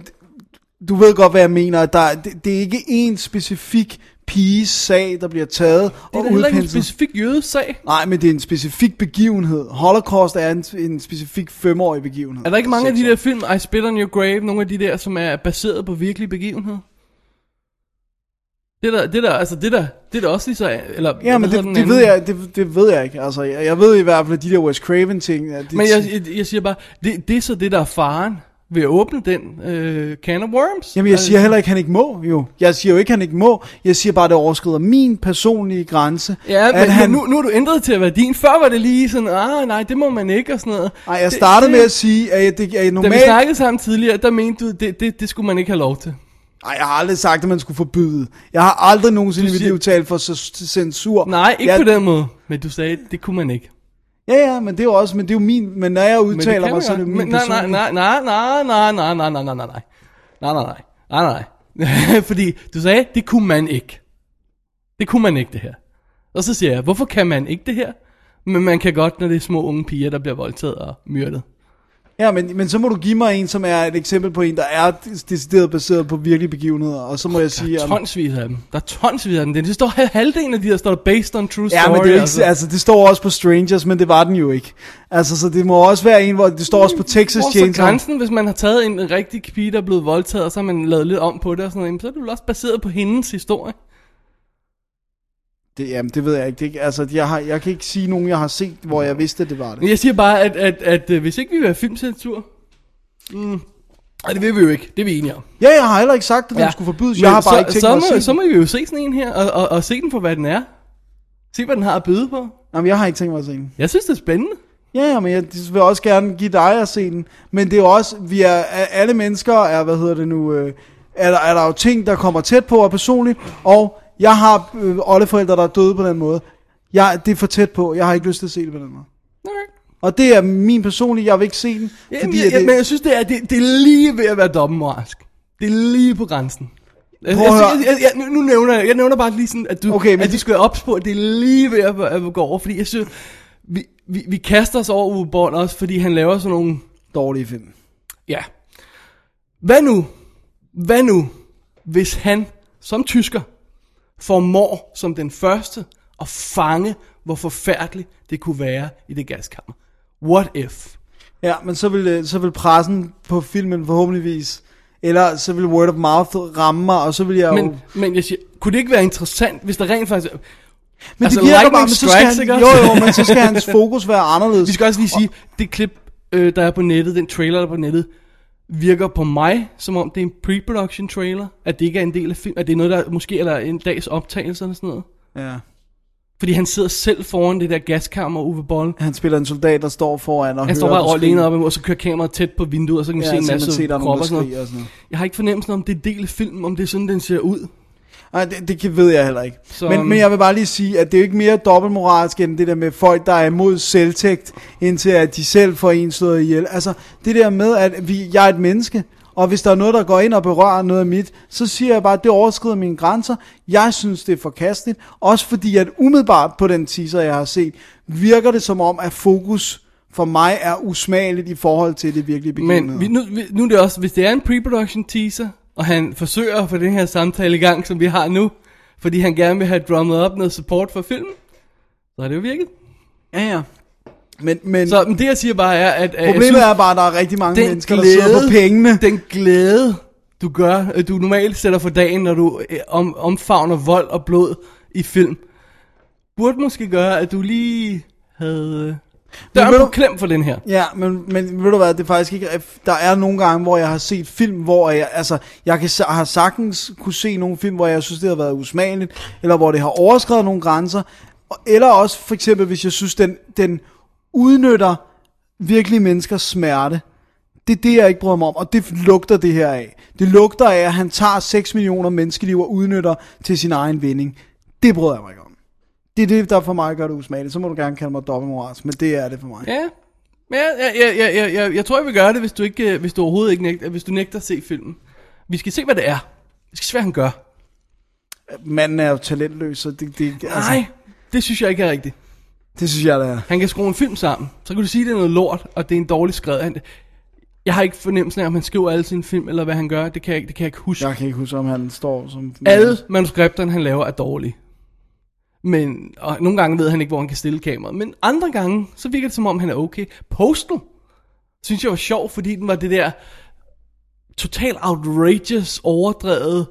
du ved godt, hvad jeg mener. at Der, er- det, det er ikke en specifik piges sag, der bliver taget Det er og da heller ikke en udpenslet. specifik jødes sag. Nej, men det er en specifik begivenhed. Holocaust er en, en specifik femårig begivenhed. Er der ikke mange af de Seks der film, I Spit On Your Grave, nogle af de der, som er baseret på virkelige begivenheder? Det der, det der, altså det der, det der også lige så, eller Ja, hvad men hedder det, den det, anden? ved jeg, det, det ved jeg ikke. Altså, jeg, jeg ved i hvert fald, at de der Wes Craven ting... at Det, Men jeg, jeg, jeg siger bare, det, det er så det, der er faren ved at åbne den øh, can of worms. Øh, Jamen, jeg siger heller ikke, at han ikke må, jo. Jeg siger jo ikke, at han ikke må. Jeg siger bare, at det overskrider min personlige grænse. Ja, at men han... nu, nu er du ændret til at være din. Før var det lige sådan, ah nej, det må man ikke og sådan noget. Ej, jeg Det- startede det- med at sige, at jeg, det er Da vi normalt... snakkede sammen tidligere, der mente du, det, det, det skulle man ikke have lov til. Ej, jeg har aldrig sagt, at man skulle forbyde. Jeg har aldrig nogensinde i mit siger- liv talt for c- censur. Nej, ikke jeg... jeg... på den måde. Men du sagde, det kunne man ikke. Ja, ja, men det er jo også... Men det er jo min... Men når jeg Men udtaler mig, så er man det godt. min Men nej, nej, personlige- nej, nej, nej, nej, nej, nej, nej, nej, nej, nej, nej, nej, nej, nej, nej, [LAUGHS] fordi du sagde, det kunne man ikke. Det kunne man ikke det her. Og så siger jeg, hvorfor kan man ikke det her? Men man kan godt, når det er små unge piger, der bliver voldtaget og myrdet. Ja, men, men så må du give mig en, som er et eksempel på en, der er decideret baseret på virkelige begivenheder, og så må jeg sige... om- Tonsvis af dem. Der er tonsvis af dem. Det står hal- halvdelen af de der, står der based on true story. Ja, men det, er jo altså. ikke, altså, det står også på Strangers, men det var den jo ikke. Altså, så det må også være en, hvor det står også på Texas Mm, Hvor er så Chainsaw. grænsen, hvis man har taget en rigtig pige, der er blevet voldtaget, og så har man lavet lidt om på det og sådan noget, jamen, så er det jo også baseret på hendes historie. Det, jamen, det ved jeg ikke. Det, er- altså, jeg, har, jeg kan ikke sige nogen, jeg har set, hvor Mm. jeg vidste, at det var Men det. jeg siger bare, at, at, at, at hvis ikke vi vil have filmcensur, mm, og det vil vi jo ikke, det er vi enige om. Ja, jeg har heller ikke sagt, at den ja. skulle forbydes. Jeg har bare så, ikke tænkt så, mig at må, se så den. må vi jo se sådan en her, og, og, og se den for, hvad den er. Se, hvad den har at byde på. Jamen, jeg har ikke tænkt mig at se den. Jeg synes, det er spændende. Ja, ja, men jeg vil også gerne give dig at se den. Men det er jo også, vi er, alle mennesker er, hvad hedder det nu, øh, er, der, er der jo ting, der kommer tæt på og personligt. Og jeg har øh, oldeforældre, der er døde på den måde. Jeg, det er for tæt på, jeg har ikke lyst til at se det på den måde. Alright. Og det er min personlige, jeg vil ikke se den. Jamen, fordi jeg, at jeg, det, men jeg synes, det er, det, det er lige ved at være dobbeltmoralsk. Det er lige på grænsen. Jeg, Prøv at jeg, høre. jeg, jeg, nu, nu nævner jeg, jeg nævner bare lige sådan, at du, Okay, okay, men men at du det- skal ops på, at det er lige ved at, at gå over, fordi jeg synes, vi, vi, vi kaster os over Uwe Born også, fordi han laver sådan nogle, dårlige film. ja, hvad nu, hvad nu, hvis han som tysker formår som den første at fange, hvor forfærdeligt det kunne være i det gaskammer. What if? Ja, men så vil, øh, så vil pressen på filmen forhåbentligvis, eller så vil word of mouth ramme mig, og så vil jeg jo... Men, men jeg siger, kunne det ikke være interessant, hvis der rent faktisk... Men altså, det virker lightning bare, men så skal strikes, han, ikke jo, også? jo, men så skal [LAUGHS] hans fokus være anderledes. Vi skal også lige sige, det klip, øh, der er på nettet, den trailer, der er på nettet, virker på mig, som om det er en pre-production trailer, at det ikke er en del af film, at det er noget, der måske er der en dags optagelse eller sådan noget. Ja. Fordi han sidder selv foran det der gaskammer, Uwe Boll. Han spiller en soldat, der står foran og Han hører... står bare dem og skrige. læner op, ad muren, og så kører kameraet tæt på vinduet, og så kan man Ja, se en så man masse ser, der er kroppe nogen, der og sådan skriger og sådan noget. noget. Jeg har ikke fornemmelsen om, det er en del af filmen, om det er sådan, den ser ud. Nej, det, det kan- ved jeg heller ikke. Så- øhm, men, men jeg vil bare lige sige, at det er jo ikke mere dobbeltmoralsk end det der med folk, der er imod selvtægt, indtil at de selv får en slået ihjel. Altså, det der med, at vi, jeg er et menneske, og hvis der er noget, der går ind og berører noget af mit, så siger jeg bare, at det overskrider mine grænser. Jeg synes, det er forkasteligt. Også fordi, at umiddelbart på den teaser, jeg har set, virker det som om, at fokus for mig er usmageligt i forhold til det virkelige begivenhed. Men vi, nu, vi, nu er det også, hvis det er en pre-production teaser, og han forsøger at få den her samtale i gang, som vi har nu, fordi han gerne vil have drummet op noget support for filmen, så har det jo virket. Ja, ja. Men, men Så men det jeg siger bare er, at... at problemet synes, er bare, at der er rigtig mange den mennesker, glæde- der sidder på pengene. Den glæde, du gør, øh, du normalt sætter for dagen, når du øh, om, omfavner vold og blod i film, burde måske gøre, at du lige havde... øh, ved Døren du- på klem for den her. Ja, men, men ved du hvad, det er faktisk ikke, der er nogle gange, hvor jeg har set film, hvor jeg, altså, jeg kan, sa- har sagtens kunne se nogle film, hvor jeg synes, det har været usmageligt, eller hvor det har overskrevet nogle grænser, Og- eller også for eksempel, hvis jeg synes, den, den udnytter virkelig menneskers smerte, det er det, jeg ikke bryder mig om, og det lugter det her af. Det lugter af, at han tager 6 millioner menneskeliv og udnytter til sin egen vinding. Det bryder jeg mig ikke om. Det er det, der for mig gør det usmageligt. Så må du gerne kalde mig dobbeltmoralsk, men det er det for mig. Ja. Men jeg, jeg, jeg, jeg, jeg, jeg, jeg tror, jeg vil gøre det, hvis du, ikke, øh, hvis du overhovedet ikke nægter, hvis du nægter at se filmen. Vi skal se, hvad det er. Vi skal se, hvad han gør. manden er jo talentløs, så det, det, altså, Nej, det synes jeg ikke er rigtigt. det synes jeg, der er. Han kan skrue en film sammen. Så kan du sige, det er noget lort, og det er en dårlig skrevet. Han, jeg har ikke fornemmelsen af, om han skriver alle sine film, eller hvad han gør. Det kan jeg, ikke- det kan jeg ikke huske. Jeg kan ikke huske, om han står som... Alle manuskripterne, han laver, er dårlige. Men, og nogle gange ved han ikke, hvor han kan stille kameraet. Men andre gange, så virker det som om, han er okay. Postal, synes jeg var sjov, fordi den var det der total outrageous, overdrevet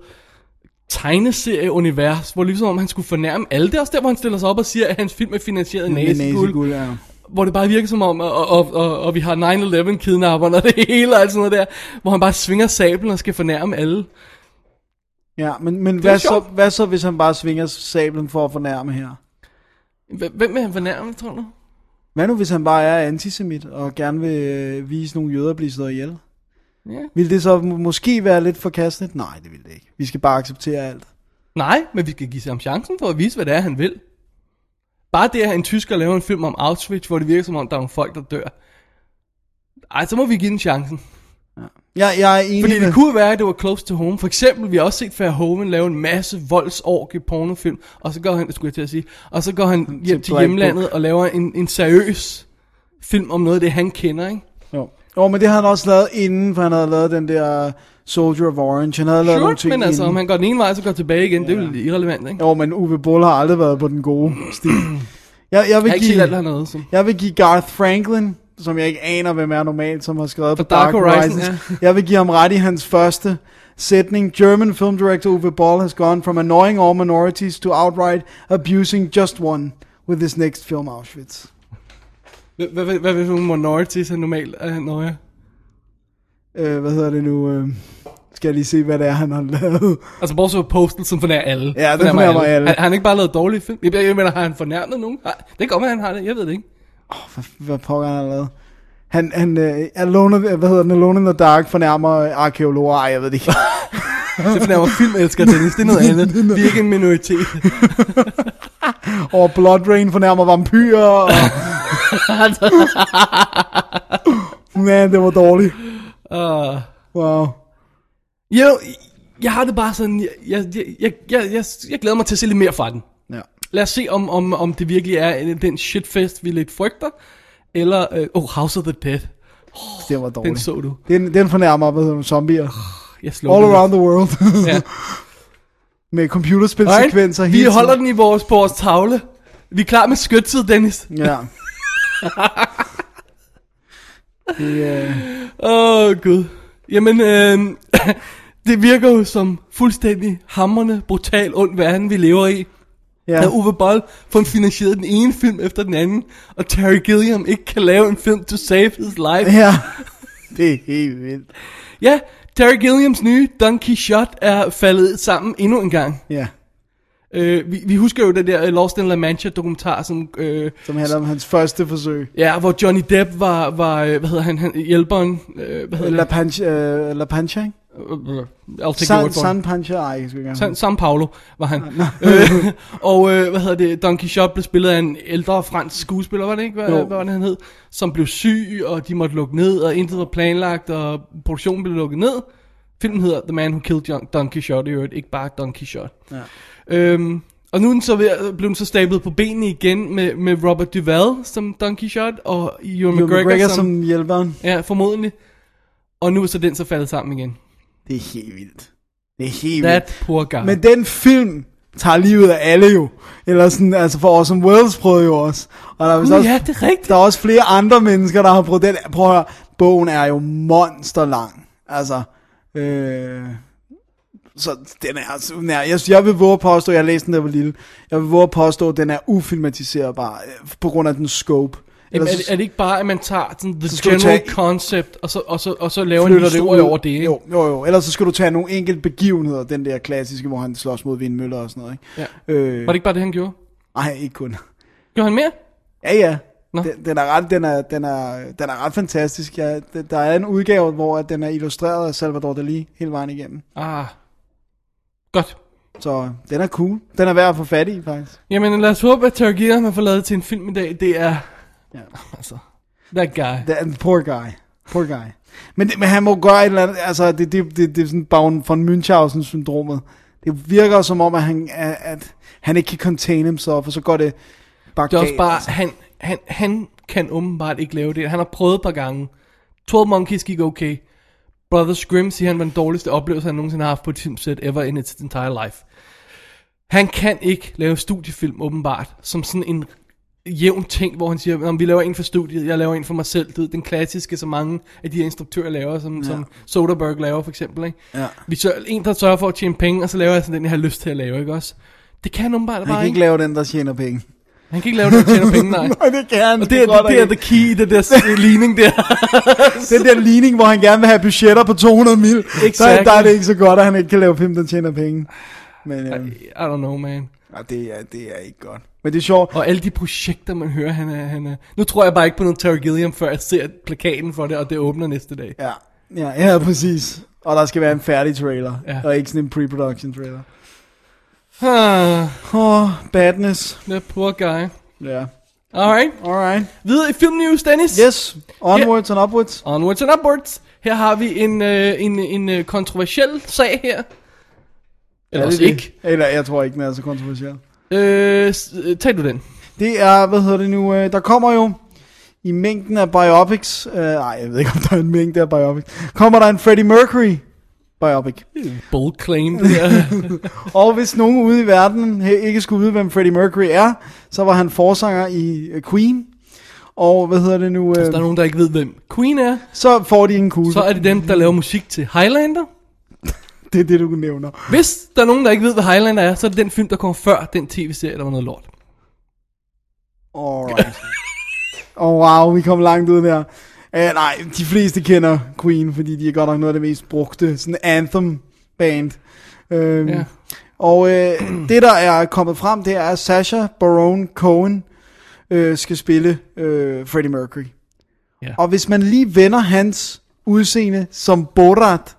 tegneserie-univers, hvor ligesom om han skulle fornærme alle. Det er også der, hvor han stiller sig op og siger, at hans film er finansieret af Med næseguld næseguld, ja. hvor det bare virker som om, og, og, og, og vi har 9-11 kidnapperne og det hele og alt sådan noget der, hvor han bare svinger sablen og skal fornærme alle. Ja, men, men hvad, så, sjovt. hvad så, hvis han bare svinger sablen for at fornærme her? H- Hvem vil han fornærme, tror du? Hvad nu, hvis han bare er antisemit og gerne vil øh, vise nogle jøder at blive slået ihjel? Ja. Vil det så må- måske være lidt forkasteligt? Nej, det vil det ikke. Vi skal bare acceptere alt. Nej, men vi skal give ham chancen for at vise, hvad det er, han vil. Bare det, at en tysker laver en film om Auschwitz, hvor det virker som om, der er nogle folk, der dør. Ej, så må vi give den chancen. Jeg, jeg er enig Fordi med... det kunne være, at det var close to home. For eksempel, vi har også set Verhoeven lave en masse voldsorg i pornofilm, og så går han, skulle jeg til at sige, og så går han hjem til Black hjemlandet og laver en, en seriøs film om noget af det, han kender, ikke? Jo. jo, men det har han også lavet inden, for han havde lavet den der øh, Soldier of Orange. Han havde lavet nogle Sure, ting men altså, inden. om han går den ene vej, så går tilbage igen, det er jo irrelevant, ikke? Jo, men Uwe Boll har aldrig været på den gode stil. Jeg, jeg, Jeg vil har ikke give... set alt, han har lavet, så. Jeg vil give Garth Franklin som jeg ikke aner, hvem er normalt, som har skrevet for For Dark Dark, Horizons. Horizon, Jeg vil give ham ret i hans første sætning. German film director Uwe Boll has gone from annoying all minorities to outright abusing just one with his next film Auschwitz. Hvad- hvad- hvad- Hvad hvis hun minorities er normalt er nøje? Øh, hvad hedder det nu? Øh, skal jeg lige se, hvad det er, han har lavet. [LAUGHS] Altså bortset fra Postal, som fornærmer alle. Ja, den fornærmer alle. Han, han har ikke bare lavet dårlige film. Jeg, jeg mener, har han fornærmet nogen? Nej, det går med, han har det. Jeg ved det ikke. Hvad, hvad pokker han har lavet? Han, han øh, Alone, hvad hedder den, Alone in the Dark fornærmer øh, arkeologer. Ej, jeg ved det ikke. Det fornærmer filmelsker Dennis. Det [LAUGHS] er noget andet. Vi er ikke en minoritet. og Blood Rain fornærmer vampyrer. Og... Man, det var dårligt. Uh, Wow. jo, jeg har det bare sådan... Jeg, jeg, jeg, jeg, jeg, jeg glæder mig til at se lidt mere fra den. Ja. Lad os se, om, om, om det virkelig er en- den shitfest, vi lidt frygter. Eller, øh, oh, House of the Dead. Det var Den dårligt. så du. Den, den fornærmer, hvad hedder det, zombier. Jeg slog All den. around the world. Ja. [LAUGHS] Med computerspilsekvenser. Vi holder den i vores, på vores tavle. Vi er klar med skytset, Dennis. Ja. det, øh, Åh, oh, gud. Jamen, øh, [CLEARS THROAT] det virker jo som fuldstændig hammerne, brutal, ond verden, vi lever i. ja. Når Uwe Boll får finansieret den ene film efter den anden, og Terry Gilliam ikke kan lave en film to save his life. [LAUGHS] ja. Det er helt vildt. Ja, Terry Gilliams nye Don Quixote er faldet sammen endnu en gang. Ja. Øh, vi, vi husker jo den der øh, Lost in La Mancha dokumentar, som øh, Som handler om hans første forsøg. Ja, hvor Johnny Depp var, var øh, hvad hedder han, han hjælperen, øh, hvad hedder La Pancha, øh, La Pancha, ikke? det? I'll take your San, word for it. San Pancha, ej, jeg skal ikke San, engang. San Paolo var han. øh, og øh, hvad hedder det, Don Quixote blev spillet af en ældre fransk skuespiller, var det ikke, hvad, Jo. hvad var det, han hed? Som blev syg, og de måtte lukke ned, og intet var planlagt, og produktionen blev lukket ned. Filmen hedder The Man Who Killed John, Don Quixote, i øvrigt, ikke bare Don Quixote. Ja. Øhm, og nu er den så ved, at- blev den så stablet på benene igen med, med Robert Duvall som Don Quixote, og Ewan Ewan McGregor, McGregor som som hjælperen. Ja, formodentlig. Og nu er så den så faldet sammen igen. Det er helt vildt. Det er helt vildt. That poor guy. Men den film tager livet af alle jo. Eller sådan, altså for Orson Welles prøvede jo også. Og der er, vist Gud, også, ja, det er rigtigt. der er også flere andre mennesker, der har prøvet den. Prøv at høre, bogen er jo monster lang. Altså, øh, så den er, altså- den er jeg, jeg vil våge at påstå, jeg læste den, da jeg var lille. Jeg vil våge at påstå, at den er ufilmatiserbar, øh, på grund af den scope. Jamen, Ellers er, det, er det ikke bare, at man tager sådan the Altså, Så skal du general tage- concept, og så, og så, og så laver en flytter det historie ud. over det? ikke? Jo, jo, jo. Ellers så skal du tage nogle enkelte begivenheder, den der klassiske, hvor han slås mod vindmøller og sådan noget, ikke? Ja. Øh, Var det ikke bare det, han gjorde? Nej, ikke kun. Gjorde han mere? Ja, ja. Nå. Den, den, er ret, den, er, den, er, den er ret fantastisk. Ja, Den- der er en udgave, hvor at den er illustreret af Salvador Dali hele vejen igennem. Ah. Godt. Så den er cool. Den er værd at få fat i, faktisk. Jamen, lad os håbe, at Terry Gilliam har fået lavet til en film i dag. Det er... Ja. [LAUGHS] Altså... That guy. Det er en poor guy. Poor guy. Men, det, men han må gøre et eller andet, altså det, det, det, det er sådan Bauen von Münchhausen-syndromet. Det virker som om, at han, at, at han ikke kan contain himself, og så går det bare Det er også galt, bare... altså. Han, han, han kan åbenbart ikke lave det. Han har prøvet et par gange. 12 Monkeys gik okay. Brothers Grimm siger han var den dårligste oplevelse, han nogensinde har haft på et filmset ever in its entire life. Han kan ikke lave studiefilm åbenbart, som sådan en jævn ting, hvor han siger, "Nå, men vi laver en for studiet, jeg laver en for mig selv. Det er den klassiske, som mange af de her instruktører laver, som, ja. som Soderbergh laver for eksempel. Ikke? Ja. Vi sørger, en, der sørger for at tjene penge, og så laver jeg sådan den, jeg har lyst til at lave, ikke også? Det kan han åbenbart Han bare kan ikke ikke. lave den, der tjener penge. [LAUGHS] Han kan ikke lave det, der tjener penge, nej. Nej, det kan han. Og det er, det, det er the key i den [LAUGHS] der s- ligning der. den der ligning, hvor han gerne vil have budgetter på 200 mil, der, Exactly. der er det ikke så godt, at han ikke kan lave film, der tjener penge. Men øhm, I don't know, man. ja, det, er, det er ikke godt. Men det er sjovt. Og alle de projekter, man hører, han er, han er... Nu tror jeg bare ikke på noget Terry Gilliam, før jeg ser plakaten for det, og det åbner næste dag. Ja, ja, ja, præcis. Og der skal være en færdig trailer, Ja. ja. og ikke sådan en pre-production trailer. Ah, Åh, oh, badness. the poor guy. Ja, Alright. alright. Videre i filmnews, Dennis. Yes, onwards and upwards. Onwards and upwards. Her har vi en, øh, en, en øh, kontroversiel sag her. Eller Er også det ikke. Det? Eller jeg tror ikke, den er så kontroversiel. Øh, s- øh, tag du den. Det er, hvad hedder det nu, øh, der kommer jo i mængden af biopics, øh, ej, jeg ved ikke, om der er en mængde af biopics, kommer der en Freddie Mercury biopic. Bold claim. det [LAUGHS] der. Og hvis nogen ude i verden he- ikke skulle vide, hvem Freddie Mercury er, så var han forsanger i øh, Queen. Hvis Altså, der er øh, nogen, der ikke ved, hvem Queen er, så får de en kugle. så er det dem, der laver musik til Highlander. Det er det, du nævner. Hvis der er nogen, der ikke ved, hvad Highlander er, så er det den film, der kommer før den tv-serie, der var noget lort. Alright. Åh, [LAUGHS] oh, wow, vi kom langt ud der. Uh, nej, de fleste kender Queen, fordi de er godt nok noget af det mest brugte sådan anthem band. Uh, Ja. yeah. Og uh, [CLEARS THROAT] det, der er kommet frem, det er, at Sasha Baron Cohen uh, skal spille uh, Freddie Mercury. Ja. Og hvis man lige vender hans udseende som Borat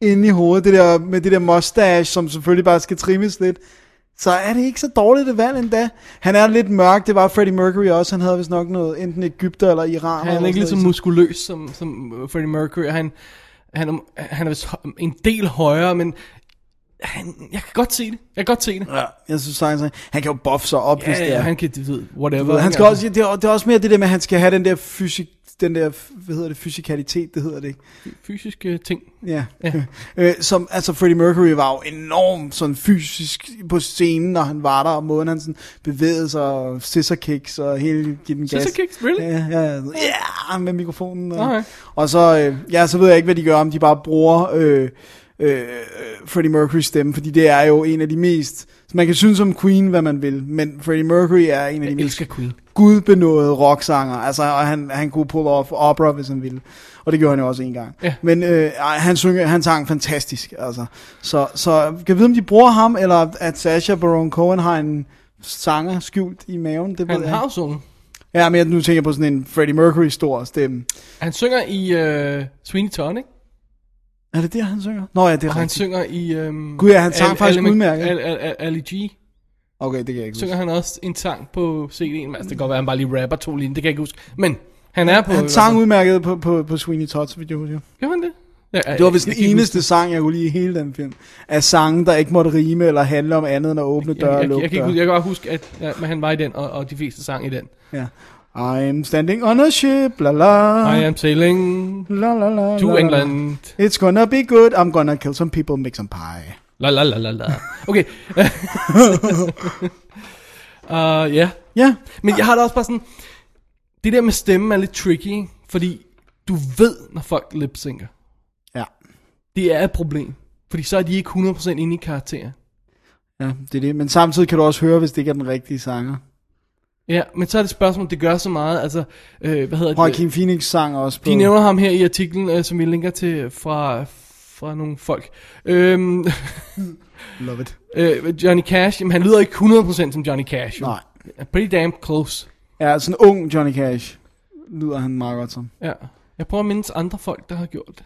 inde i hovedet, det der, med det der mustache, som selvfølgelig bare skal trimmes lidt, så er det ikke så dårligt et valg endda. Han er lidt mørk, det var Freddie Mercury også, han havde vist nok noget, enten Ægypter eller Iran. Han er eller ikke lige så sådan muskuløs som, som Freddie Mercury. Han, han, er- han er vist hø- en del højere, men han, jeg kan godt se det. Jeg kan godt se det. noget. Ja, jeg synes sagtens, han- han kan jo boffe sig op, hvis Ja, det ja, er. han kan, du ved, whatever. han ikke? skal også, det, er, det er også mere det der med, at han skal have den der fysik, den der, hvad hedder det, fysikalitet, det hedder det ikke. Fysiske ting. Ja. Ja. ja. [LAUGHS] Øh, som, altså Freddie Mercury var jo enormt sådan fysisk på scenen, når han var der, og måden han sådan bevægede sig, og scissor kicks, og hele give den gas. Scissor kicks, really? Ja, ja, ja, Ja, med mikrofonen. Og, Okay. og så, øh, ja, så ved jeg ikke, hvad de gør, om de bare bruger øh, øh, Freddie Mercury stemme, fordi det er jo en af de mest, så man kan synes om Queen, hvad man vil, men Freddie Mercury er en af de Jeg mest elsker Queen. gudbenåede rocksanger. Altså, og han, han kunne pull off opera, hvis han ville. Og det gjorde han jo også en gang. Ja. Men øh, ej, han, synger, han sang fantastisk, altså. Så, så kan jeg vide, om de bruger ham, eller at Sasha Baron Cohen har en sanger skjult i maven, det Han ved jeg har jo ikke. sunget. Ja, men jeg, nu tænker jeg på sådan en Freddie Mercury stor stemme. Han synger i øh, Sweeney Todd, ikke? Er det der, han synger? Nå ja, det er Og han rigtigt. synger i... Øhm, Gud ja, han sang faktisk Mc- udmærket. Al- Al- Al- Ali G. Okay, det kan jeg ikke Synger huske. han også en sang på CD'en? Altså, det kan godt være, at han bare lige rapper to linjer. Det kan jeg ikke huske. Men han er på... Han sang udmærket på, på, på Sweeney Todd's video. jo. Gør han det? Ja, Det var vist den jeg kan ikke eneste sang, jeg kunne lide i hele den film. Af sange, der ikke måtte rime eller handle om andet end at åbne Jeg, døre og jeg, jeg, lukke jeg, kan ikke, døre. huske- jeg kan godt huske, at ja, men han var i den, og, og de fleste sang i den. Ja. I'm standing on a ship, la la. I am sailing La la la. to Ah. la, la. England. It's gonna be good. I'm gonna kill some people, make some pie. La la la la la. [LAUGHS] Okay. uh, ja. Ja, Men jeg har da også bare sådan... Det der med stemmen er lidt tricky, ikke? fordi du ved, når folk lipsynker. ja. Det er et problem. Fordi så er de ikke 100% inde i karakteren. Ja, det er det. Men samtidig kan du også høre, hvis det ikke er den rigtige sanger. Ja, men så er det et spørgsmål, om det gør så meget. Altså, øh, hvad hedder det? Joaquin Phoenix sang også på... De nævner ham her i artiklen, øh, som vi linker til fra, fra nogle folk. Øhm, [LAUGHS] Love it. øh, Johnny Cash, jamen, han lyder ikke 100% som Johnny Cash. Jo. Nej. Pretty damn close. Ja, sådan en ung Johnny Cash lyder han meget godt som. Ja. Jeg prøver at mindes andre folk, der har gjort det.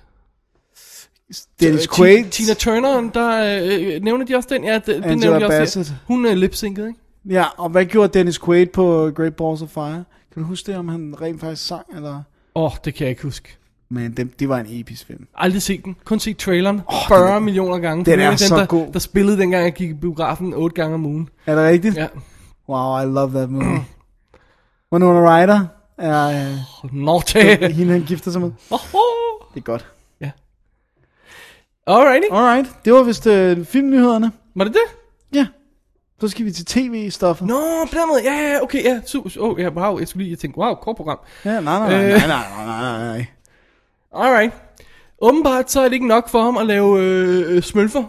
Dennis Ti- Quaid. Tina Turner, der øh, nævner de også den? Ja, det, det Angela nævner de også Bassett. Der. Hun er lipsynkede, ikke? Ja, og hvad gjorde Dennis Quaid på Great Balls of Fire? Kan du huske det, om han rent faktisk sang, eller... Åh, oh, det kan jeg ikke huske. Men det, det var en episk film. Aldrig set den. Kun set traileren oh, 40 den, millioner gange. For den er øvrigt så der, god. Der spillede dengang, jeg gik i biografen 8 gange om ugen. Er det rigtigt? Ja. Wow, I love that movie. [CLEARS THROAT] Winona Ryder er [LAUGHS] øh, Norte. hende, han gifter sig med. Det er godt. Alright, ikke? Alright, det var vist øh, filmnyhederne. Var det det? Ja, så skal vi til tv-stoffet. Nå, på den måde. Ja, ja, ja, okay, ja. Super. Åh, oh, ja, wow. Jeg skulle lige tænke, wow, kort program. Ja, nej, Øh. nej, nej, nej, nej, nej, nej, nej. Alright. Åbenbart så er det ikke nok for ham at lave øh, øh, smølfer.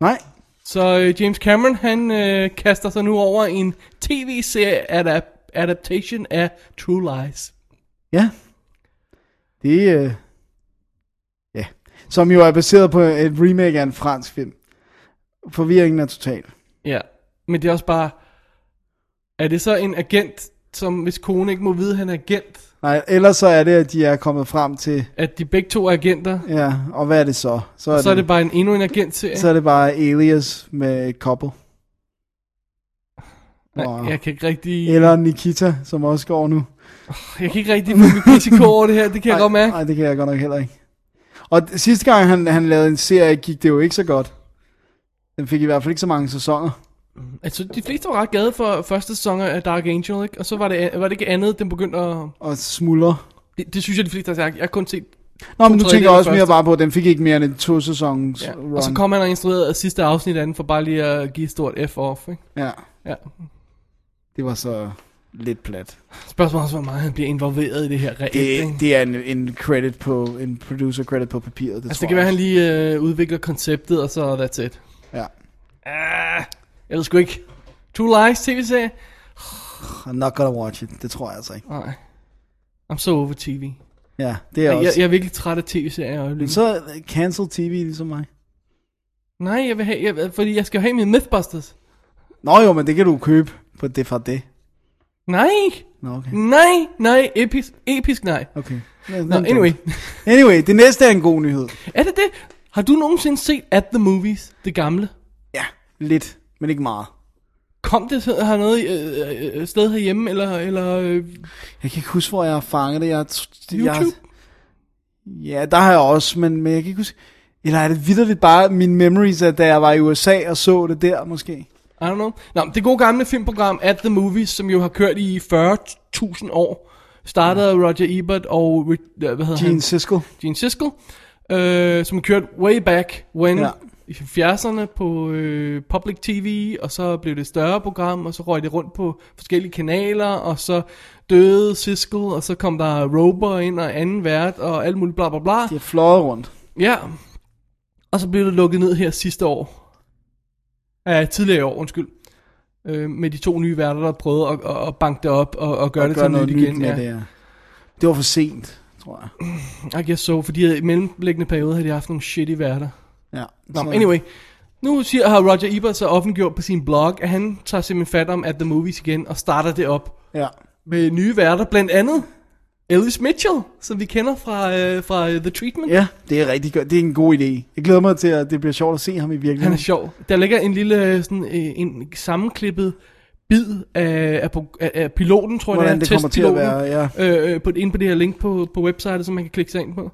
Nej, Så øh, James Cameron, han øh, kaster sig nu over en tv-serie adap- adaptation af True Lies. ja. Det øh, ja. Som jo er baseret på et remake af en fransk film. Forvirringen er total. Ja. Men det er også bare, er det så en agent, som hvis kone ikke må vide, at han er agent? Nej, ellers så er det, at de er kommet frem til, At de begge to er agenter? ja, og hvad er det så? Så Og så er det bare en, endnu en agentserie? så er det bare Alias med et couple. Nej, jeg kan ikke rigtig, Eller Nikita, som også går nu. jeg kan ikke rigtig få mit PCK over det her, det kan jeg godt mærke. Nej, det kan jeg godt nok heller ikke. Og d- sidste gang han, han lavede en serie, gik det jo ikke så godt. Den fik i hvert fald ikke så mange sæsoner. Altså, de fleste var ret glade for første sæson af Dark Angel, ikke? Og så var det, var det ikke andet, den begyndte at... Og smuldrer. Det, det synes jeg, de fleste har sagt. Jeg har kun set... Nå, men To du tænker tredjedele også mere første. bare på, at den fik ikke mere end en to sæsons Ja. run. Og så kom han og instruerede sidste afsnit af den, for bare lige at give et stort F off, ikke? Ja, Ja. det var så lidt plat. Spørgsmålet er også, hvor meget han bliver involveret i det her reelt, det, ikke? Det, det er en, en credit på, en producer credit på papiret, det altså, tror det kan være, jeg. han lige øh, udvikler konceptet, og så that's it. Ja. Ah, jeg ved sgu ikke. Two Lies tv-serie? I'm not gonna watch it, det tror jeg altså ikke. Nej. I'm so over tv. Ja, det er Jeg, også. jeg, jeg er virkelig træt af tv-serier i øjeblikket. Så øh, cancel tv ligesom mig. Nej, jeg vil have, jeg, fordi jeg skal jo have min Mythbusters. Nå jo, men det kan du købe på det fra det. Nej, Nå, okay. nej, nej, episk, episk nej. Mm. okay. Nå, anyway. Anyway, det næste er en god nyhed. Er det det? Har du nogensinde set At The Movies, det gamle? Ja, lidt, men ikke meget. Kom det så- har noget øh, øh, sted herhjemme, eller, eller øh, Jeg kan ikke huske, hvor jeg har fanget det. Jeg, jeg, YouTube? ja, der har jeg også, men, men jeg kan ikke huske... Eller er det vidderligt bare mine memories, at da jeg var i USA og så det der, måske? I don't know. Nå, men det gode gamle filmprogram At The Movies, som jo har kørt i 40.000 år, startede af Roger Ebert og, øh, hvad hedder Gene han? Siskel. Gene Siskel, øh, som kørte way back when Ja. ja. i 70'erne på øh, public tv, og så blev det et større program, og så røg det rundt på forskellige kanaler, og så døde Siskel, og så kom der Rober ind og anden vært, og alt muligt bla bla bla. De har fløjet rundt. Ja. Og så blev det lukket ned her sidste år. Ja, tidligere i år, undskyld. Øh, med de to nye værter, der prøvede at, at, at banke det op og, og gøre Og det gør til noget nyt igen. med Ja. det her. Det var for sent, tror jeg. I guess so, fordi i mellemliggende periode havde de haft nogle shitty værter. Ja. Nå, men anyway. Nu siger, har Roger Ebert så offentliggjort på sin blog, at han tager simpelthen fat om At The Movies igen og starter det op Ja. med nye værter, blandt andet Elvis Mitchell, som vi kender fra, øh, fra øh, The Treatment. ja, det er rigtig godt. Det er en god idé. Jeg glæder mig til, at det bliver sjovt at se ham i virkeligheden. Han er sjov. Der ligger en lille øh, sådan, øh, en sammenklippet bid af, af, pro- af, af piloten, tror Hvordan jeg, det kommer til at være, ja. øh, øh, på, inde på det her link på, på websitet, som man kan klikke sig ind på.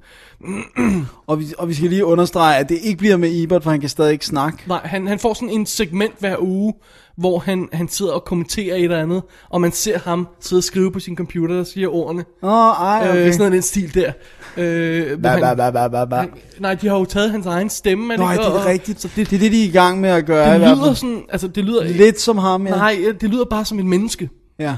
Og vi, og vi skal lige understrege, at det ikke bliver med Ebert, for han kan stadig ikke snakke. Nej, han, han får sådan en segment hver uge, hvor han, han sidder og kommenterer et eller andet, og man ser ham sidde og skrive på sin computer, der siger ordene. Åh, oh, ej, Okay. okay. Øh, sådan noget i den stil der. Øh, hvor Ba, ba, han, ba, ba, ba, ba. nej, de har jo taget hans egen stemme, er Nej, ikke? det er Og- rigtigt. Så det, det er det, de er i gang med at gøre. i Det hvert fald. lyder sådan, altså det lyder... Lidt som ham, ja. Nej, det lyder bare som et menneske. ja.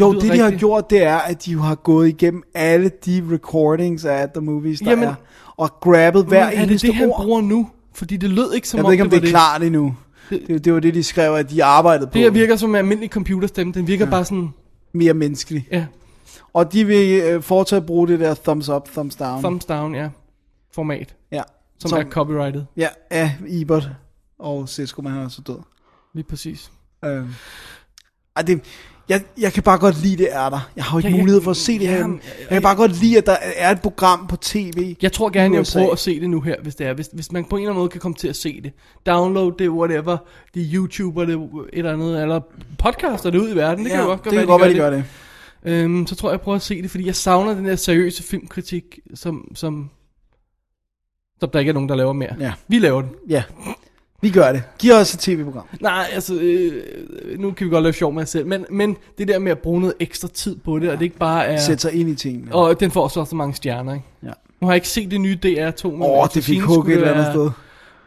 Jo, lyder det, de har rigtigt. gjort, det er, at de jo har gået igennem alle de recordings af The Movies, der Jamen- er, og grabbet hver Men er det eneste det, han ord. bruger nu? Fordi det lød ikke som Jeg om, ved ikke, om det, det er var klart endnu. Det, det var det, de skrev, at de arbejdede på. det. Det her virker som en almindelig computerstemme. Den virker ja. bare sådan, Mere menneskeligt. ja, Og de vil øh, fortsat bruge det der thumbs up, thumbs down. thumbs down, ja, format, ja. som, som er copyrightet. Ja, af Ebert og Cisco, men han er så død. Lige præcis. Øh. Ej, det, jeg, jeg kan bare godt lide, det er der. Jeg har jo ikke Ja, ja, ja. mulighed for at se det her. Jamen, Jeg kan bare godt lide, at der er et program på tv. Jeg tror gerne, jeg i vil USA. prøve at se det nu her, hvis det er. Hvis, hvis man på en eller anden måde kan komme til at se det. Download det, whatever. Det er YouTuber, det er et eller andet. Eller podcaster det ud i verden. Det kan jo godt, det kan godt være, de gør det. det. Øhm, så tror jeg, jeg prøver at se det, fordi jeg savner den der seriøse filmkritik, som, som, som der ikke er nogen, der laver mere. Ja. Vi laver den. Ja, vi gør det. Giv os et tv-program. Nej, altså, øh, nu kan vi godt lave sjov med os selv, men, men det der med at bruge noget ekstra tid på det, og det ikke bare er... Ja. Sæt sig ind i tingene. Åh, Og den får så også så mange stjerner, ikke? ja. Nu har jeg ikke set det nye DR2, men... oh, altså, det fik sine hug et skulle det eller andet være- sted.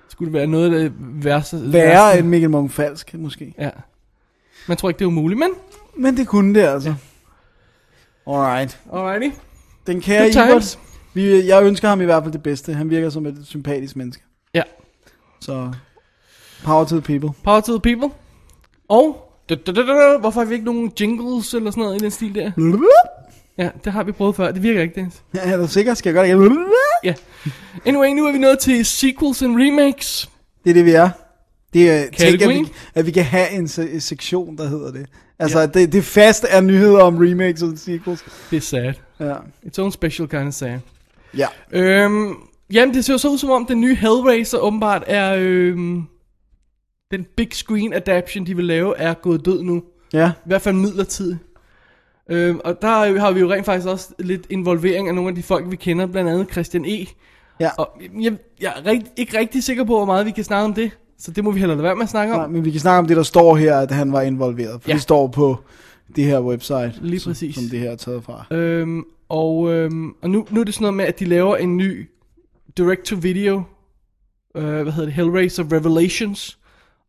Skulle det være noget af det værste... værste- Værre end Mikkel Munk Falsk, måske. Ja. Man tror ikke, det er umuligt, men... Men det kunne det altså. Alright. Alrighty. Den kære Good Ebert. times. Vi, jeg ønsker ham i hvert fald det bedste. Han virker som et sympatisk menneske. Ja. Så power to the people. [LAUGHS] Power to the people. Og... Da, da, da, da, da, hvorfor har vi ikke nogen jingles eller sådan noget i den stil der? Ja, det har vi prøvet før. Det virker ikke, Dennis. Ja, er du sikker? Skal jeg gøre det igen? Ja. Anyway, nu er vi nået til sequels and remakes. Det er det, vi er. Det er, tænk, at Kategorien? vi, at vi kan have en, se- en sektion, der hedder det. Altså, ja. det, det fast er nyheder om remakes og sequels. Det er sad. Ja. It's own special kind of sad. ja. Øhm, jamen, det ser jo så ud som om, den nye Hellraiser åbenbart er... Øhm, den big screen adaption, de vil lave, er gået død nu. Ja. I hvert fald midlertidigt. Øhm, og der er jo- har vi jo rent faktisk også lidt involvering af nogle af de folk, vi kender, blandt andet Christian E. Ja. Og jeg, jeg er rigt, ikke rigtig sikker på, hvor meget vi kan snakke om det, så det må vi heller lade være med at snakke om. Nej, men vi kan snakke om det, der står her, at han var involveret. For ja. Ja. det står på det her website, Lige som, præcis. som det her er taget fra. Øhm, og øhm, og nu, nu er det sådan noget med, at de laver en ny direct-to-video, øh, hvad hedder det, Hellraiser Revelations,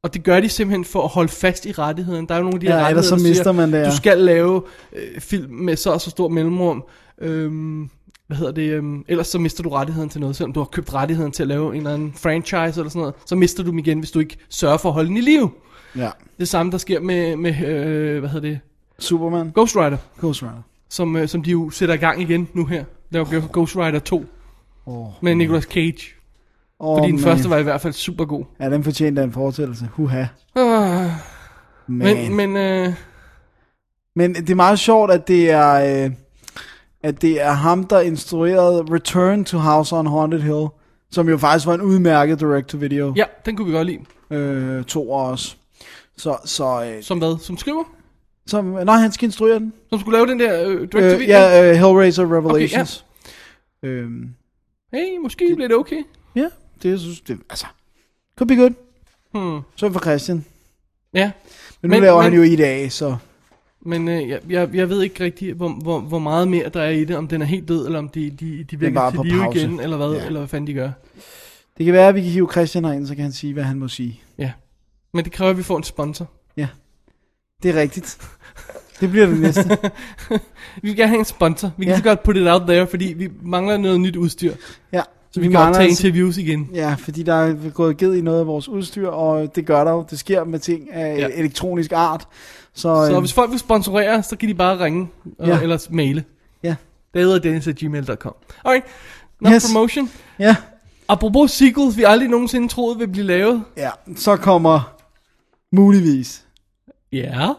Og det gør de simpelthen for at holde fast i rettigheden. Der er jo nogle af de her Ja, rettigheder, ellers så der mister siger, man det, ja. Du skal lave øh, film med så og så stor mellemrum. Øhm, hvad hedder det? Øhm, ellers så mister du rettigheden til noget. Selvom du har købt rettigheden til at lave en eller anden franchise eller sådan noget, så mister du dem igen, hvis du ikke sørger for at holde den i live. Ja. Det samme, der sker med, med øh, hvad hedder det? Superman. Ghost Rider, Ghost Rider. som, øh, som de jo sætter i gang igen nu her. Laver Ghost Rider 2 Åh, med Nicolas Cage. oh, Fordi den første var i hvert fald super god. Ja, den fortjente en fortællelse. Huha. Ah, men, Man. men øh, Men det er meget sjovt, at det er, øh, at det er ham, der instruerede Return to House on Haunted Hill, som jo faktisk var en udmærket direct-to-video. ja, den kunne vi godt lide. Øh, to år også. Så, så, øh, Som hvad? Som skriver? som, nej, han skal instruere den. Som skulle lave den der øh, direct Øh, ja, øh, Hellraiser Revelations. Okay, ja. Øhm, Hey, måske bliver det okay. ja, det jeg synes det, altså, could be good. Hmm. Så for Christian. Ja, Men nu Men- men, laver men, han men- jo i dag, så men øh, jeg, jeg, jeg ved ikke rigtig, hvor, hvor, hvor meget mere der er i det. Om den er helt død, eller om de, de, de virker bare til på live pause. igen, eller hvad, Ja. eller hvad fanden de gør. det kan være, at vi kan hive Christian herind, så kan han sige, hvad han må sige. Ja. Men det kræver, at vi får en sponsor. Det er rigtigt. Det bliver det næste. Vi vil gerne have en sponsor. Vi kan Ja. så godt put it out there, fordi vi mangler noget nyt udstyr. Ja, Så vi, kan mangler optage altså- interviews igen. Ja, fordi der er gået ged i noget af vores udstyr, og det gør der jo. Det sker med ting af Ja. ja. elektronisk art. Så, Så øh, hvis folk vil sponsorere, så kan de bare ringe og, ja. Ja. eller maile. Ja. Det hedder dennis at gmail.com. Alright, no yes. Yes. promotion. ja, Apropos sequels, vi aldrig nogensinde troede ville blive lavet. ja, så kommer muligvis Ja. Yeah.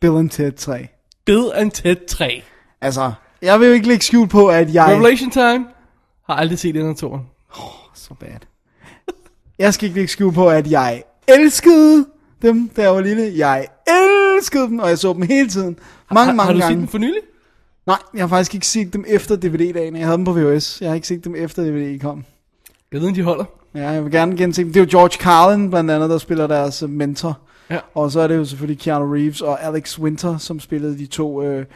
Bill and Ted 3. Bill and Ted 3. Altså, jeg vil jo ikke lægge skjul på, at jeg... Revelation Time. Har aldrig set den toren. Så bad. Jeg skal ikke lægge skjul på, at jeg elskede dem, da jeg var lille. Jeg elskede dem, og jeg så dem hele tiden. Mange, Har, mange har du gange. set den for nylig? Nej, jeg har faktisk ikke set dem efter DVD-dagen. Jeg havde dem på VHS. Jeg har ikke set dem efter DVD kom. Jeg ved, om de holder. Ja, jeg vil gerne gense dem. Det er jo George Carlin, blandt andet, der spiller deres øh, mentor. Ja. Og så er det jo selvfølgelig Keanu Reeves og Alex Winter, som spillede de to øh,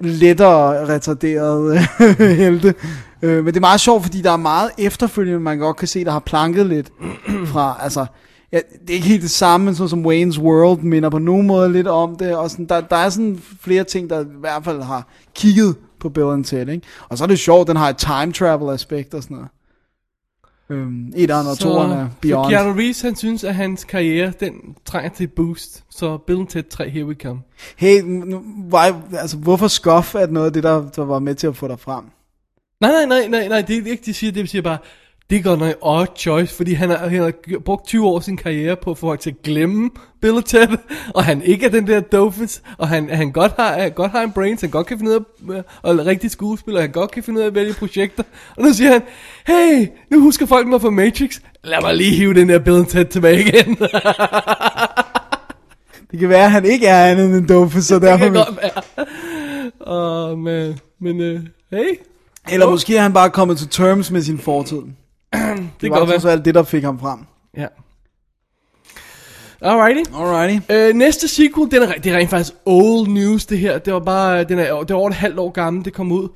lettere retarderede [LAUGHS] øh, helte. Øh, men det er meget sjovt, fordi der er meget efterfølgende, man godt kan se, der har planket lidt [CLEARS THROAT] fra, altså... Ja, det er ikke helt det samme, men sådan som Wayne's World minder på nogen måde lidt om det, og sådan, der, der er sådan flere ting, der i hvert fald har kigget på Bill and Ted, ikke? Og så er det sjovt, den har et time travel aspekt og sådan noget. Øhm, et og toeren er så Beyond. Keanu Reeves, han synes, at hans karriere, den trænger til et boost. Så Bill and Ted 3, here we come. Hey, nu, why, altså, hvorfor skuff at noget af det, der, der var med til at få dig frem? Nej, nej, nej, nej, nej, det er ikke, de siger, det de siger bare, det går nok odd choice, fordi han har, han har g- brugt 20 år af sin karriere på at få folk til at glemme Bill og Ted, [LAUGHS] og han ikke er den der dofus, og han, han godt, har, han godt har en brains, han godt kan finde ud af, og er rigtig skuespiller, han godt kan finde ud af at vælge projekter, og nu siger han, hey, nu husker folk mig fra Matrix, lad mig lige hive den der Bill og Ted tilbage igen. Det kan være, at han ikke er andet end en dope, [LAUGHS] så det derfor... kan godt være. Og, men, men øh, hey, Eller måske er han bare kommet til terms med sin fortid. Det, det, det kan godt var være. så alt det, der fik ham frem. Ja. Alrighty. Alrighty. Øh, næste sequel, den er, re- det er rent faktisk old news, det her. Det var bare, den er, det er over et halvt år gammel, det kom ud.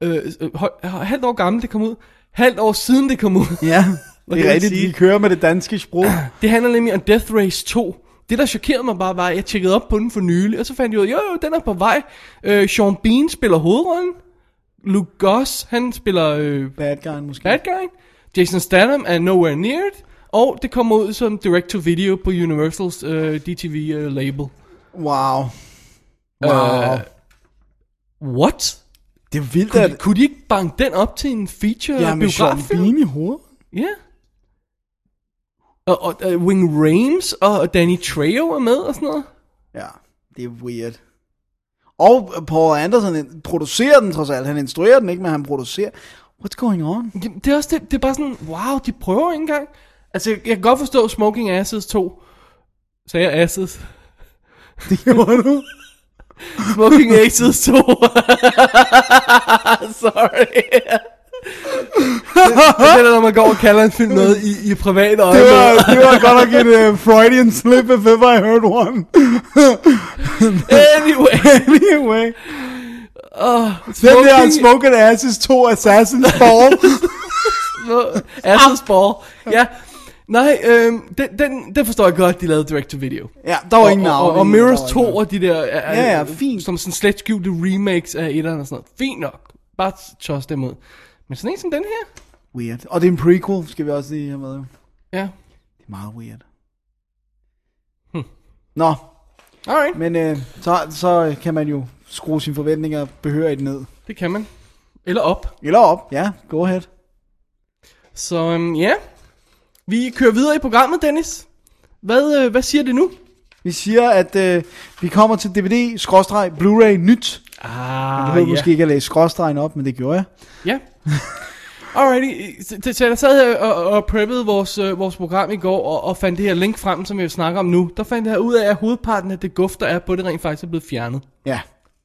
Øh, øh, høj- halvt år gammel, det kom ud. Halvt år siden, det kom ud. [LAUGHS] Ja, Hvad kan det man er rigtigt, sige? vi kører med det [CLEARS THROAT] danske sprog. Det handler nemlig om Death Race 2. Det, der chokerede mig bare, var, at jeg tjekkede op på den for nylig, og så fandt jeg ud af, jo, jo, den er på vej. Øh, Sean Bean spiller hovedrollen. Luke Goss, han spiller øh, Bad guy måske. bad guy. Jason Statham er nowhere near it. Og det kommer ud som direct-to-video på Universals øh, DTV-label. Wow. Wow. Øh, What? det er vildt, Kunne, at... de, kunne de ikke banke den op til en feature Ja, med Sean Bean i hovedet. Ja. Og, og uh, Wing Rames og Danny Trejo er med og sådan noget. Ja, det er weird. Og Paul Anderson producerer den trods alt. Han instruerer den ikke, men han producerer. What's going on? Jamen, Det er også det, det er bare sådan, wow, de prøver ikke engang. Altså, jeg kan godt forstå Smoking Asses 2. Sagde jeg Asses? [LAUGHS] Det gjorde du. Smoking Asses 2. [LAUGHS] Sorry. [LAUGHS] det er, når man går og kalder en film noget i, i privat øje. Det var, det var godt nok en uh, Freudian slip, if ever I heard one. [LAUGHS] Anyway. anyway. Oh, Den der Smoking Asses 2 Assassin's Ball. Asses ball. Ja. Nej, øhm, den, den, den forstår jeg godt, de lavede direct-to-video. [LAUGHS] Ja, der var og, ingen og, navn. og, og Mirrors 2 og de der... Er, Ja, ja, fint. Som sådan slet skjulte remakes af etteren og sådan noget. Fint nok. Bare toss dem ud. Men sådan en som den her? Weird. Og det er en prequel, skal vi også lige have med. jo. Ja. Det er meget weird. Hm. Nå, Alright. men øh, så, så kan man jo skrue sine forventninger behørigt ned. Det kan man. Eller op. Eller op, ja, go ahead. Så øhm, ja. Vi kører videre i programmet, Dennis. Hvad, øh, hvad siger det nu? Vi siger, at øh, vi kommer til DVD, skråstreg, Blu-ray, nyt. Jeg Ah, behøver måske ikke at læse skråstregen op, men det gjorde jeg. Ja. Alrighty, så, så jeg sad her og, og preppede vores, øh, vores program i går, og, og fandt det her link frem, som jeg snakker om nu. Der fandt jeg ud af, at hovedparten af det guf, der er på det, rent faktisk er blevet fjernet. Ja,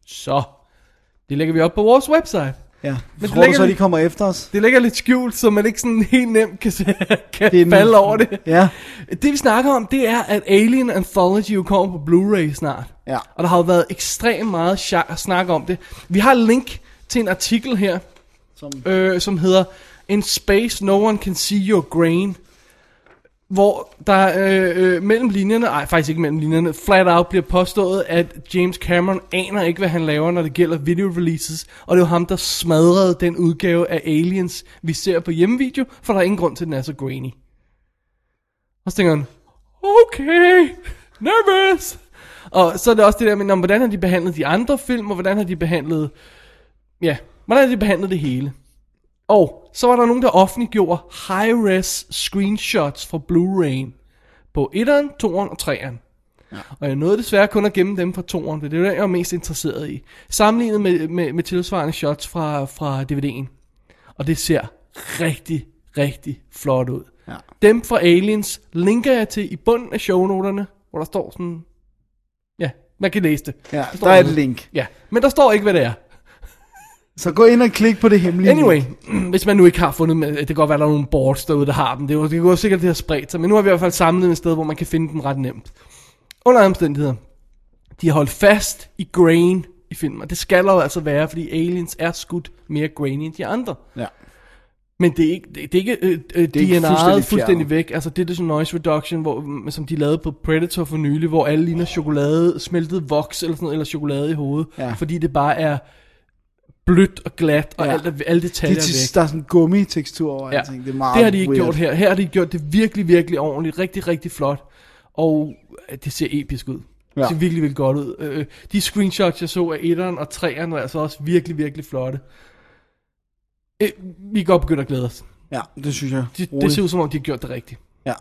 Så, det lægger vi op på vores website. ja. det Men Tror du ligger så, lidt- de kommer efter os? Det ligger lidt skjult, så man ikke sådan helt nemt kan, se- [LAUGHS] kan Det er den- falde over det. Ja, Det vi snakker om, det er, at Alien Anthology jo kommer på Blu-ray snart. Ja. Og der har jo været ekstremt meget sja- snak om det. Vi har et link til en artikel her, som, øh, som hedder In Space No One Can See Your Grain. Hvor der øh, øh, mellem linjerne, nej faktisk ikke mellem linjerne, flat out bliver påstået, at James Cameron aner ikke, hvad han laver, når det gælder video releases. Og det er jo ham, der smadrede den udgave af Aliens, vi ser på hjemmevideo, for der er ingen grund til, at den er så grainy. Og så tænker han, okay, nervous. Og så er det også det der med, nå, men hvordan har de behandlet de andre film, og hvordan har de behandlet, ja, hvordan har de behandlet det hele. Og så var der nogen, der offentliggjorde high-res screenshots fra Blu-ray'en på 1'eren, 2'eren og 3'eren. Og jeg nåede desværre kun at gemme dem fra 2'eren, for det er det, jeg var mest interesseret i. Sammenlignet med, med, med tilsvarende shots fra, fra DVD'en. Og det ser rigtig, rigtig flot ud. Ja. Dem fra Aliens linker jeg til i bunden af shownoterne, hvor der står sådan... Ja, man kan læse det. ja står der er et noget. link. Ja, men der står ikke, hvad det er. Så gå ind og klik på det hemmelige. Anyway, [CLEARS THROAT] link. hvis man nu ikke har fundet med, det kan godt være, der er nogle boards derude, der har dem. Det, er jo, det kan jo sikkert, det har spredt sig, men nu har vi i hvert fald samlet et sted, hvor man kan finde den ret nemt. Under alle omstændigheder, de har holdt fast i grain i filmen, og det skal der jo altså være, fordi aliens er skudt mere grainy end de andre. Ja. Men det er ikke, det, det er ikke øh, øh, ikke DNA'et fuldstændig, fuldstændig fuldstændig fjernet. væk. Altså det er sådan noise reduction, hvor, mm, som de lavede på Predator for nylig, hvor alle ligner chokolade, smeltet voks eller sådan noget, eller chokolade i hovedet. Ja. Fordi det bare er blødt og glat, og ja. Ja. alt, er- alle detaljer Det er er, væk. tis- der er sådan en gummi-tekstur over ja. alting. Altså, Det er meget det har de ikke weird. gjort her. Her har de gjort det virkelig, virkelig ordentligt. Rigtig, rigtig flot. Og øh, det ser episk ud. Ja. Ja. Det ser virkelig, virkelig godt ud. Øh, De screenshots, jeg så af 1'eren og 3'eren, var altså også virkelig, virkelig flotte. Øh, Vi er godt begyndt at glæde os. Ja, det synes jeg. Det, det Roligt. ser ud som om, de har gjort det rigtigt. Ja.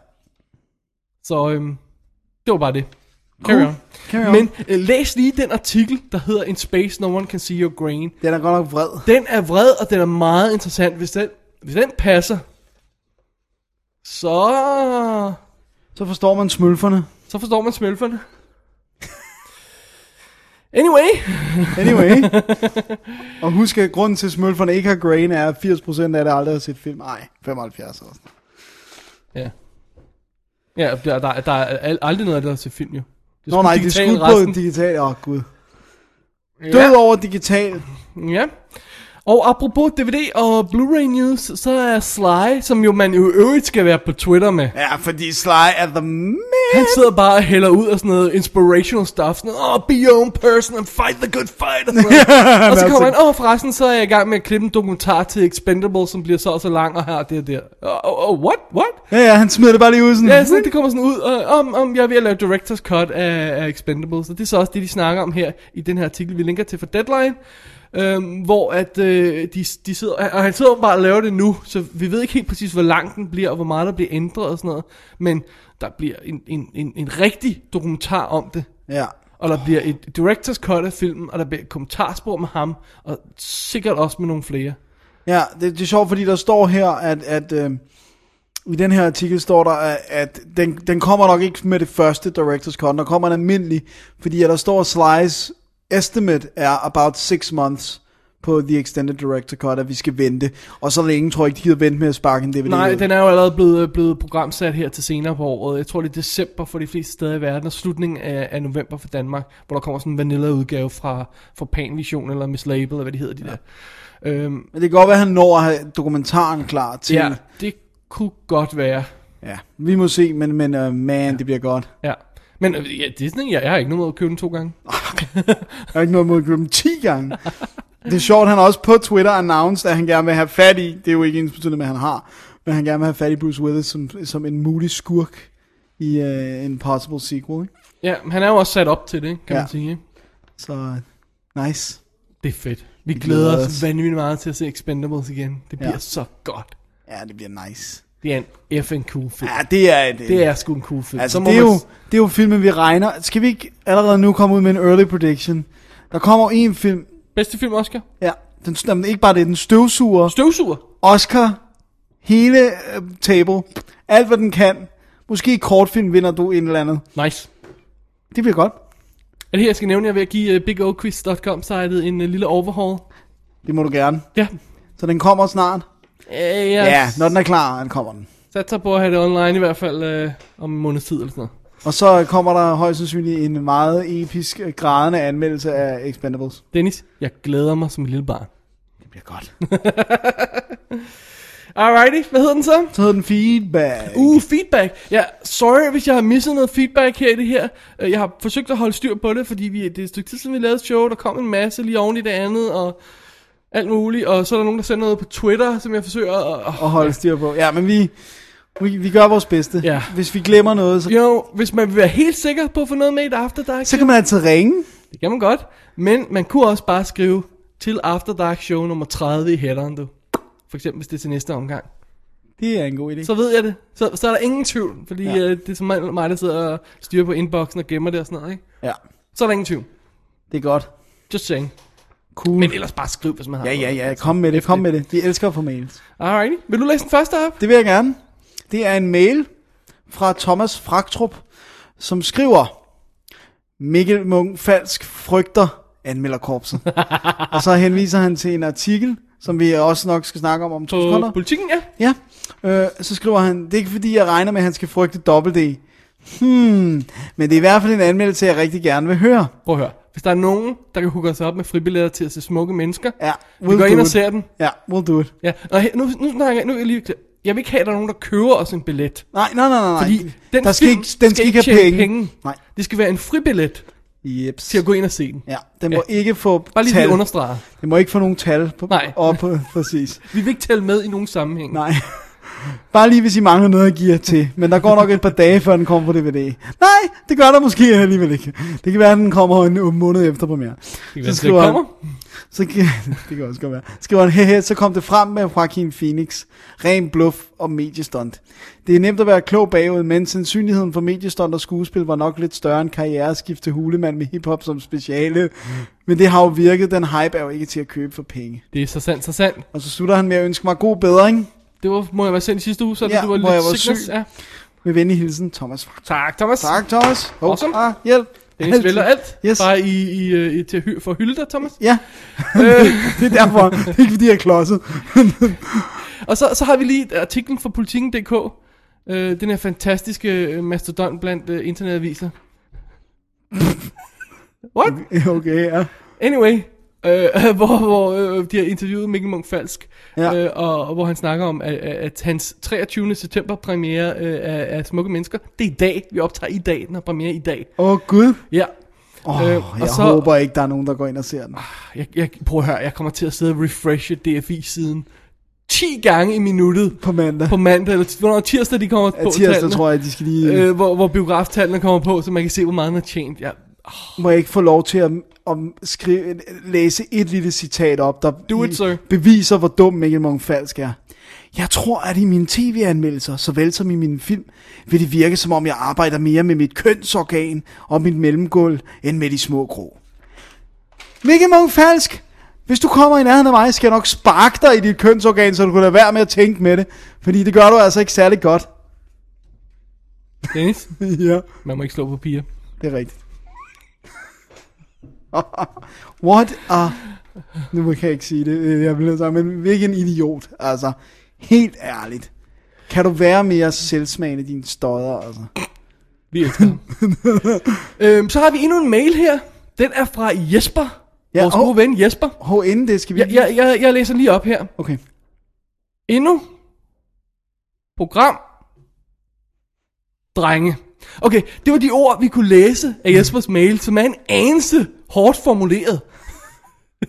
Så øhm, det var bare det. Carry on. Carry on. Men øh, læs lige den artikel, der hedder In Space No One Can See Your Grain. Den er godt nok vred. Den er vred, og den er meget interessant. Hvis den, hvis den passer, så, Så forstår man smølferne. så forstår man smølferne. Anyway, Anyway. [LAUGHS] og husk, at grunden til, at smølferne ikke har grain, er, at 80% af det aldrig har set film. Nej, 75 også. Ja. Ja, der, der, der er al- aldrig noget af det, der er til film, jo. Det Nå nej, det er digitalt skudt resten. på digitalt. Åh, oh, gud. Død over digital. Ja. Og apropos DVD og Blu-ray news, så er Sly, som jo man jo i øvrigt skal være på Twitter med. Ja, fordi Sly er the man. Han sidder bare og hælder ud af sådan noget inspirational stuff. Sådan noget, oh, be your own person and fight the good fight. Og, sådan [LAUGHS] noget. og så kommer altså- han, åh oh, forresten, så er jeg i gang med at klippe en dokumentar til Expendable, som bliver så og så lang og her og det og der. Og, og, og what? What? Ja, ja, han smider det bare lige ud sådan. Ja, sådan, det kommer sådan ud, og, om, om jeg er ved at lave Directors Cut af, af Expendables, og det er så også det, de snakker om her i den her artikel, vi linker til fra Deadline, øhm, hvor at øh, de, de sidder, og han sidder bare og laver det nu, så vi ved ikke helt præcis, hvor lang den bliver, og hvor meget der bliver ændret og sådan noget, men der bliver en, en, en, en rigtig dokumentar om det, ja. og der bliver et Directors Cut af filmen, og der bliver et kommentarspor med ham, og sikkert også med nogle flere. Ja, det, det er sjovt, fordi der står her, at, at øh, i den her artikel står der, at, at den, den kommer nok ikke med det første Directors Cut, der kommer en almindelig, fordi at der står, at Slice estimate er about 6 months på The Extended Director Cut, at vi skal vente. Og så længe tror jeg ikke, de gider vente med at sparke en DVD Nej, ud. den er jo allerede blevet, blevet programsat her til senere på året. Jeg tror, det er december for de fleste steder i verden, og slutningen af, af november for Danmark, hvor der kommer sådan en vanilla-udgave fra, fra Panvision eller Miss Label, eller hvad de hedder, de der. Øhm, Men det kan godt være, at han når at have dokumentaren klar til. ja, det kunne godt være. Ja, vi må se, men, men uh, man, det bliver godt. Ja. Men øh, ja, Disney, jeg, jeg har ikke noget mod at købe den to gange. Der er ikke noget mod at købe dem 10 gange. Det er sjovt, han har også på Twitter announced, at han gerne vil have fat i, det er jo ikke ens betydende med, at han har, men han gerne vil have fat i Bruce Willis som, som en mulig skurk i uh, en possible sequel. Ikke? Ja, men han er jo også sat op til det, kan ja. man Ja. sige. ikke? Så nice. Det er fedt. Vi glæder glæder os os. vanvittigt meget til at se Expendables igen. Det bliver ja. så godt. Ja, det bliver nice. Det er en effing cool film. Ja, det er det. Det er sgu en cool film. Altså, må det, er man jo, s- det er jo filmen, vi regner. Skal vi ikke allerede nu komme ud med en early prediction? Der kommer jo en film, Bedste film, Oscar? ja, den, jamen, ikke bare det, den støvsuger Støvsuger. Oscar, hele øh, table, alt hvad den kan. Måske i kortfilm vinder du en eller andet. Nice. Det bliver godt. Er det her, jeg skal nævne, jeg er ved at give øh, bigoquiz.com-sitet en øh, lille overhaul? Det må du gerne. Ja. Så den kommer snart. Øh, jeg Ja, når den er klar, den kommer den. satser på at have det online i hvert fald øh, om en måneds tid eller sådan noget. Og så kommer der højst sandsynligt en meget episk, øh, grædende anmeldelse af Expendables. Dennis, jeg glæder mig som et lille barn. Det bliver godt. [LAUGHS] Alrighty, hvad hedder den så? Så hedder den feedback. Uh, feedback. Ja, sorry, hvis jeg har misset noget feedback her i det her. Øh, Jeg har forsøgt at holde styr på det, fordi vi, det er et stykke tid siden, vi lavede show. Der kom en masse lige oven i det andet, og alt muligt. Og så er der nogen, der sender noget på Twitter, som jeg forsøger at... at holde styr på. Ja, men vi, vi, vi gør vores bedste. Ja. Hvis vi glemmer noget, så, You know, hvis man vil være helt sikker på at få noget med i et After Dark så kan man altid ringe. Det kan man godt. Men man kunne også bare skrive til After Dark Show nummer 30 i headeren, du. For eksempel, hvis det er til næste omgang. Det er en god idé. Så ved jeg det. Så, så er der ingen tvivl, fordi ja. Ja. øh, det er som mig, mig, der sidder og styrer på inboxen og gemmer det og sådan noget, ikke? Ja, Så er der ingen tvivl. det er godt. Just saying. Cool. Men ellers bare skriv, hvis man har Ja, ja, ja. Kom med det, kom med det. Vi elsker at få mails. Alrighty. Vil du læse den første op? Det vil jeg gerne. Det er en mail fra Thomas Fraktrup, som skriver, Mikkel Munk falsk frygter [LAUGHS] anmelderkorpset. og så henviser han til en artikel, som vi også nok skal snakke om om to sekunder. På politikken, ja. Ja, øh, så skriver han, det er ikke fordi, jeg regner med, at han skal frygte dobbelt D. Hmm, men det er i hvert fald en anmeldelse, jeg rigtig gerne vil høre. Prøv at høre. Hvis der er nogen, der kan hooke os op med fribilletter til at se smukke mennesker, Ja, vi we'll går do ind og it. ser den. Ja, we'll do it. Ja. Og her, nu, nu, snakker jeg, nu er jeg lige Jeg vil ikke have, at der er nogen, der køber os en billet. Nej, nej, nej, nej. Fordi den der skal film ikke, den skal ikke tjene have penge. penge. Nej, Det skal være en fribillet jeps. til at gå ind og se den. Ja, den må ikke få Bare lige tal. lige understrege. Den må ikke få nogen tal på, Nej. op, [LAUGHS] præcis. Vi vil ikke tælle med i nogen sammenhæng. Nej. Bare lige, hvis I mangler noget at give jer til. Men der går nok et par dage, før den kommer på DVD. Nej, det gør der måske alligevel ikke. Det kan være, at den kommer en måned efter premiere. det så så skriver han- kommer. Så gi- det kan [LAUGHS] også godt være. Skriver han, hehe, så kom det frem med Joaquin Phoenix. Ren bluff og mediestunt. Det er nemt at være klog bagud, men sandsynligheden for mediestunt og skuespil var nok lidt større end karriereskift til hulemand med hiphop som speciale. Men det har jo virket, den hype er jo ikke til at købe for penge. Det er så sandt, så sandt. Og så slutter han med at ønske mig god bedring. Det var, må jeg være sendt i sidste uge, så Ja, du var hvor lidt jeg var sickness. syg. Ja. Med venlig hilsen, Thomas. Fuck. Tak, Thomas. Tak, Thomas. Hov, Awesome. Ah, hjælp. Dennis vælger alt. Yes. Bare i, i, øh, i, til, at hy- for at hylde dig, Thomas. Ja, øh, [LAUGHS] det er derfor. det er ikke fordi, jeg er klodset. og så, så har vi lige artiklen fra politikken.dk. Øh, den her fantastiske øh, mastodont blandt øh, [LAUGHS] internetaviser. What? okay, ja. Anyway, øh, [LAUGHS] hvor, hvor øh, de har interviewet Mikkel Munk Falsk, Ja. øh, og, og hvor han snakker om, at, at at hans 23. september premiere øh, af, af Smukke Mennesker, det er i dag, vi optager i dag, den har premiere i dag. Åh, oh, Gud. Ja, Oh, Øh, øh, og jeg så- så... håber ikke, der er nogen, der går ind og ser den. jeg, jeg, prøv at høre, jeg kommer til at sidde og refreshe DFI-siden 10 gange i minuttet På mandag. på mandag, eller hvornår tirsdag de kommer Ja, på tirsdag tallene, tror jeg, de skal lige... Øh, øh, hvor, hvor biograftallene kommer på, så man kan se, hvor meget han har tjent. Ja, må jeg ikke få lov til at, at skrive, læse et lille citat op, der Do it, i- sir. beviser, hvor dum Mikkel Munk Falsk er. Jeg tror, at i mine tv-anmeldelser, såvel som i mine film, vil det virke, som om jeg arbejder mere med mit kønsorgan og mit mellemgulv, end med de små grå. Mikkel Munk Falsk, hvis du kommer i nærheden af mig, skal jeg nok sparke dig i dit kønsorgan, så du kan lade være med at tænke med det, fordi det gør du altså ikke særlig godt. [LAUGHS] Dennis, ja. man må ikke slå på piger. Det er rigtigt. [LAUGHS] What a... Nu kan jeg ikke sige det, øh, jeg bliver sagt, men hvilken idiot, altså. Helt ærligt. Kan du være mere selvsmagende i dine stodder, altså? Vi elsker ham. øhm, så har vi endnu en mail her. Den er fra Jesper. Ja, Ja, vores og- gode ven Jesper. Hov, inden det skal vi... Jeg, jeg, jeg, jeg læser lige op her. Okay. Endnu program drenge. Okay, det var de ord, vi kunne læse af Jespers mail, som er en anelse hårdt formuleret.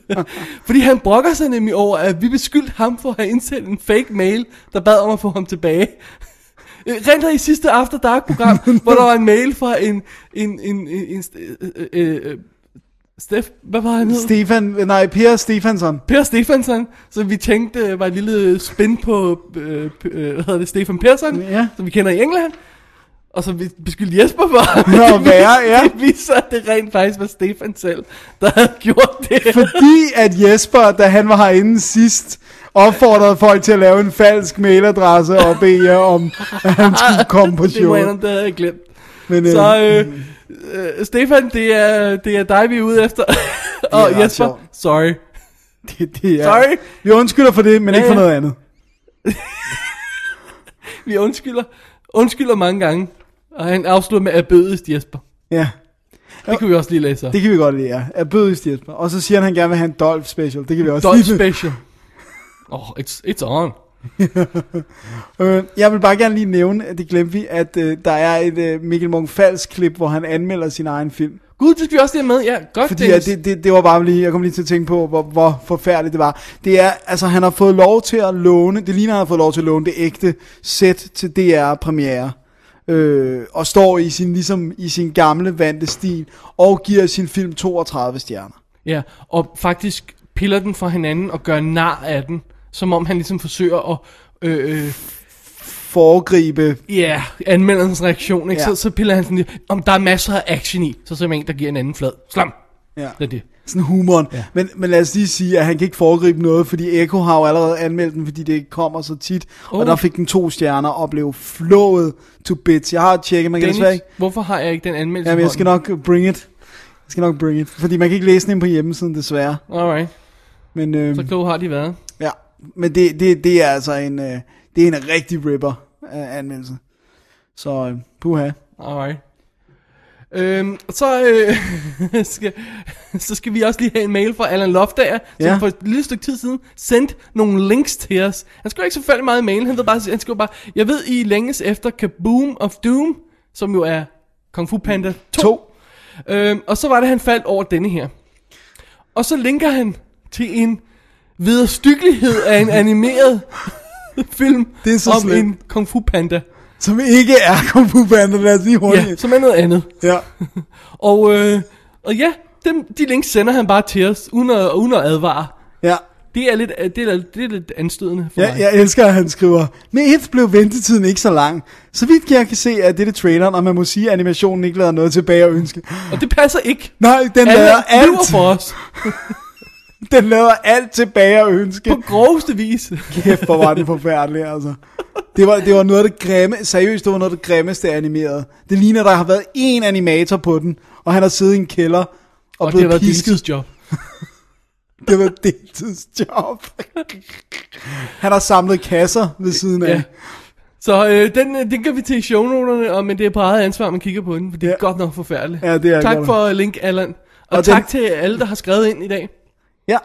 [LAUGHS] Fordi han brokker sig nemlig over, at vi beskyldte ham for at have indsendt en fake mail, der bad om at få ham tilbage. Øh, Rent her i sidste After Dark program, hvor der var en mail fra en, en, en, en, en øh, øh, øh, Steff, hvad var han hed? Stefan, nej, Per Stefansson. Per Stefansson, som vi tænkte øh, var et lille spin på, øh, p- øh, hvad hedder det, Stefan Persson, Ja. som vi kender i England. Og som vi beskyldte Jesper for. [LAUGHS] Nå, værre, ja. [LAUGHS] Det viser sig, at det rent faktisk var Stefan selv, der havde gjort [LAUGHS] det. Fordi at Jesper, da han var herinde sidst, opfordrede folk til at lave en falsk mailadresse og bede jer om, at han skulle komme på det var en, showet. der havde jeg glemt. Men, øh, Så øh, øh, Stefan, det er, det er dig, vi er ude efter. [LAUGHS] og ret Jesper, sjovt. sorry. [LAUGHS] det, det er, Sorry. Vi undskylder for det, men ikke for Ja, ja. noget andet. Vi undskylder, undskylder mange gange. Og han afslutter med, at bødest Jesper. Ja, Det kunne vi også lige læse op. det kan vi godt lide, ja. Er bødigst Jesper. Og så siger han, at han gerne vil have en Dolph special. Det kan vi også Dolph lide. Special. Oh, it's, it's on. Øh, jeg vil bare gerne lige nævne, at det glemte vi, at øh, der er et øh, Mikkel Munch falsk klip, hvor han anmelder sin egen film. Gud, det skal vi også lige have med. Ja, godt Fordi at det, det, det var bare lige, jeg kom lige til at tænke på, hvor, hvor forfærdeligt det var. Det er, altså han har fået lov til at låne, det ligner han har fået lov til at låne det ægte sæt til DR-premiere. Øh, og står i sin, ligesom, i sin gamle vante stil, og giver sin film 32 stjerner. Ja, og faktisk piller den fra hinanden og gør nar af den. Som om han ligesom forsøger at... Øh, øh, Foregribe ja, anmelderens reaktion, ikke? Ja. Ja. Så, så piller han sådan lidt, om der er masser af action i, så er der en, der giver en anden flad. Slam! ja, Det er det. sådan humoren. Ja. Ja. Men, men lad os lige sige, at han kan ikke foregribe noget, fordi Echo har jo allerede anmeldt den, fordi det ikke kommer så tit. Oh. Og Oh. der fik den to stjerner og blev flået to bits. Jeg har tjekket, man kan desværre Dennis, ikke hvorfor har jeg ikke den anmeldelse? Jamen, i jeg skal hånden? nok bring it. Jeg skal nok bring it. Fordi man kan ikke læse den inde på hjemmesiden, desværre. Alright, Men, øhm, så kloge har de været. ja. Men det, det, det er altså en, øh, det er en rigtig ripper øh, anmeldelse. Så øh, puha. Alright. Øhm, så, øh, [LAUGHS] skal, så skal vi også lige have en mail fra Allan Loftager, som Ja. for et lille stykke tid siden sendte nogle links til os. Han skrev ikke så færdig meget i mailen, han, ved bare, han skrev bare, jeg ved I længes efter Kaboom of Doom, som jo er Kung Fu Panda 2. To. Øhm, og så var det, han faldt over denne her. Og så linker han til en viderestykkelighed af [LAUGHS] en animeret film Det er så om slemt. en Kung Fu Panda. Som ikke er Kung Fu Panda, lad os lige Ja, hurtigt. som er noget andet. Ja. Og, øh, og ja, dem, de links sender han bare til os, uden at, uden at advare. Ja. Det er lidt, det er, det er lidt anstødende for Ja, mig. jeg elsker, at han skriver, med et blev ventetiden ikke så lang. Så vidt jeg kan se, er dette traileren, og man må sige, at animationen ikke lader noget tilbage at ønske. Og det passer ikke. Nej, den Alle lader lyver alt, for os, [LAUGHS] den lader alt tilbage at ønske. på groveste vis. Kæft, hvor var den forfærdelig, altså. Det var, det var noget af det grimme, seriøst, det var noget af det grimmeste animerede. Det ligner, der har været én animator på den, og han har siddet i en kælder og, og Og det har blevet været pisket. deltidsjob. Det var deltidsjob. han har samlet kasser ved siden af. Ja. Så øh, den, øh, den kan vi til i shownoterne, og, men det er på eget ansvar, man kigger på den, for det er Ja. godt nok forfærdeligt. Ja, det er tak godt. for øh, link, Allan. Og, Og og tak den- til alle, der har skrevet ind i dag. ja.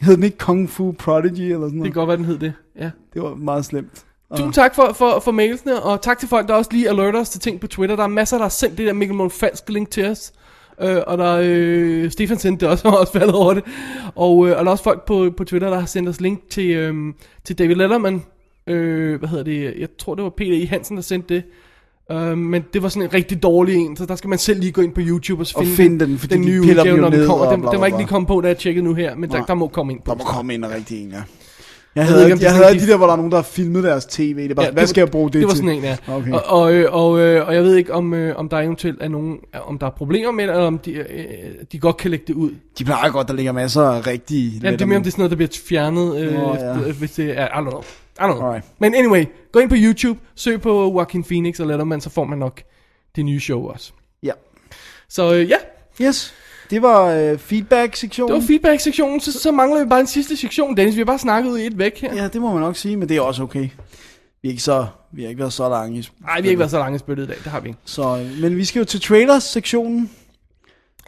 Hed den ikke Kung Fu Prodigy eller sådan Det kan noget? godt være, den hed det. Ja. Det var meget slemt. Tusind tak for, for, for mailsene, og tak til folk, der også lige alerter os til ting på Twitter. Der er masser, der har sendt det der Mikkel Mål falsk link til os. Øh, og der er, øh, Stefan sendte det også, [LAUGHS] og også faldet over det. Og, øh, og der er også folk på, på Twitter, der har sendt os link til, øh, til David Letterman. Øh, hvad hedder det? Jeg tror, det var Peter I. Hansen, der sendte det. Øh, men det var sådan en rigtig dårlig en, så der skal man selv lige gå ind på YouTube og, så Og finde, finde den, fordi den de nye piller dem udgave, jo når den ned kommer. og Den, bla, den bla, var ikke bla. lige kommet på, da jeg tjekkede nu her, men der, Nej. der må komme ind på. Der må komme ind en rigtig en, ja. Jeg ved havde, ikke, jeg, om det jeg er havde sådan, de de- der, hvor der er nogen, der filmede deres tv. Det er bare, ja, hvad det skal var- jeg bruge det, det var til? sådan en, ja. Okay. Okay. Og, og, øh, og, øh, og jeg ved ikke, om, øh, om der er eventuelt er nogen, om der er problemer med det, eller om de, øh, de godt kan lægge det ud. De plejer godt, der ligger masser af rigtige... Ja, det er mere, om det er sådan noget, der bliver fjernet, øh, Nå, oh, ja. ja. hvis det er, I don't know. I don't know. Alright. Men anyway, gå ind på YouTube, søg på Joaquin Phoenix og Letterman, så får man nok det nye show også. Ja. Så øh, ja, Yes, det var øh, feedback-sektionen. det var feedback-sektionen, så, så mangler vi bare en sidste sektion, Dennis. Vi har bare snakket ud i et væk her. Ja, det må man nok sige, men det er også okay. Vi er ikke så, vi har ikke været så lange. i sp- Nej, vi har ikke været så lange i spyttet i dag, det har vi ikke. Så, øh, men vi skal jo til trailers-sektionen.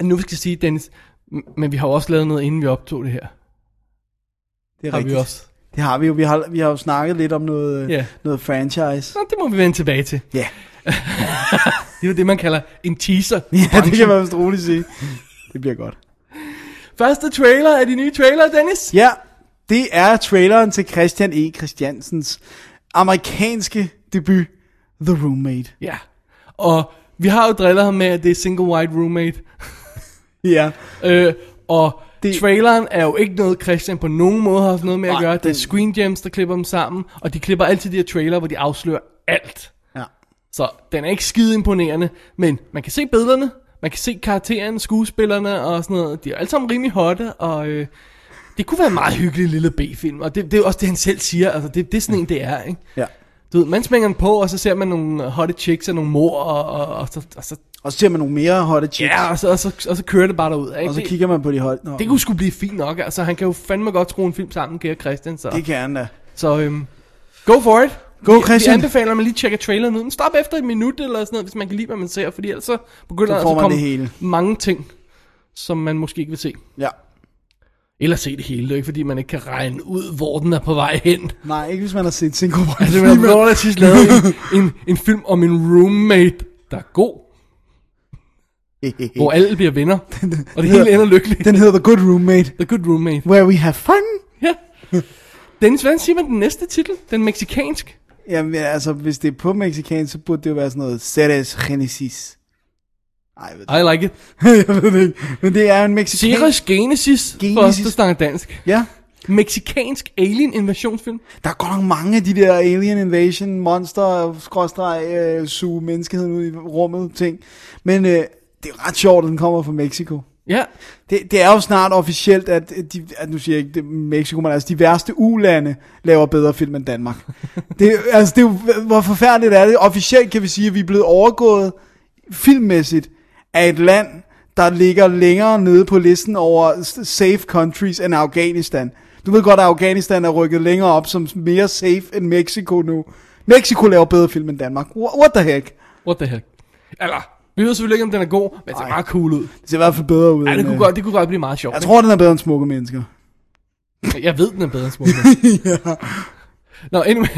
Nu skal jeg sige, Dennis, m- men vi har jo også lavet noget, inden vi optog det her. Det er Har rigtigt. vi også. Det har vi jo. Vi har, vi har jo snakket lidt om noget, øh, Ja. noget franchise. Så det må vi vende tilbage til. Ja. Det er jo det, man kalder en teaser. [LAUGHS] Ja, det kan man vist roligt sige. Det bliver godt. Første trailer af de nye trailer, Dennis. Ja, det er traileren til Christian E. Christiansens amerikanske debut, The Roommate. Ja. Og vi har jo drillet ham med, at det er Single White Roommate. Ja, Øh, og det... Det- traileren er jo ikke noget, Christian på nogen måde har haft noget med at Nej, gøre. Det er den- Screen Gems, der klipper dem sammen, og de klipper altid de her trailer, hvor de afslører alt. ja. Så den er ikke skide imponerende, men man kan se billederne, man kan se karaktererne, skuespillerne og sådan noget. De er alle sammen rimelig hotte, og øh, det kunne være en meget hyggelig lille B-film. Og det, det er også det, han selv siger. Altså, det, det er sådan en, det er, ikke? ja. Du ved, man smænger den på, og så ser man nogle hotte chicks og nogle mor, og, og, og, så, og, så, Og så ser man nogle mere hotte chicks. ja, og, så, og, så, og så kører det bare derud. Ikke? Og så Det- kigger man på de hotte. Nå, det kunne sgu blive fint nok, altså han kan jo fandme godt skrue en film sammen, kære Christian, så, det kan han da. så øhm, go for it. Go, Vi- Christian. Vi anbefaler, at man lige tjekker traileren ud. Men Stop efter et minut eller sådan noget, hvis man kan lide, hvad man ser, fordi ellers så begynder Så der altså får at man komme det hele. mange ting, som man måske ikke vil se. Ja. Eller se det hele, det er jo ikke fordi, man ikke kan regne ud, hvor den er på vej [LAUGHS] hen. Nej, ikke hvis man har set Cinco White. Altså, man har [LAUGHS] relativt lavet en, en, en film om en roommate, der er god, hvor alle bliver [LAUGHS] venner, og det hele ender lykkeligt. Den hedder The Good Roommate, The Good Roommate. Where We Have Fun. [LAUGHS] Ja. Dennis, hvordan siger man den næste titel? Den meksikansk? Jamen altså, hvis det er på mexicansk, så burde det jo være sådan noget Ceres Genesis. Nej, jeg ved det, I like it. [LAUGHS] jeg ved det ikke. Men det er en mexicansk... Ceres Genesis, Genesis. Genesis. for os, der snakker dansk. Ja, Meksikansk alien invasionsfilm. der er godt nok mange af de der alien invasion, monster, skråstreg, øh, suge menneskeheden ud i rummet, ting. Men øh, det er ret sjovt, at den kommer fra Mexico. Ja, Det, det er jo snart officielt, at, de, at nu siger jeg ikke det, er Mexico, men altså de værste ulande laver bedre film end Danmark. [LAUGHS] det, altså, det er jo, hvor forfærdeligt er det? Officielt kan vi sige, at vi er blevet overgået filmmæssigt af et land, der ligger længere nede på listen over s- safe countries end Afghanistan. Du ved godt, at Afghanistan er rykket længere op som mere safe end Mexico nu. Mexico laver bedre film end Danmark. Wha- What the heck? what the heck. Eller, vi ved selvfølgelig ikke, om den er god, men det ser Ej. meget cool ud. Det ser i hvert fald bedre ud. Ja, det end, kunne, øh, Altså- godt, det kunne godt blive meget sjovt. Jeg tror, den er bedre end Smukke Mennesker. ikke? jeg ved, den er bedre end Smukke. [LAUGHS] Nå, anyway.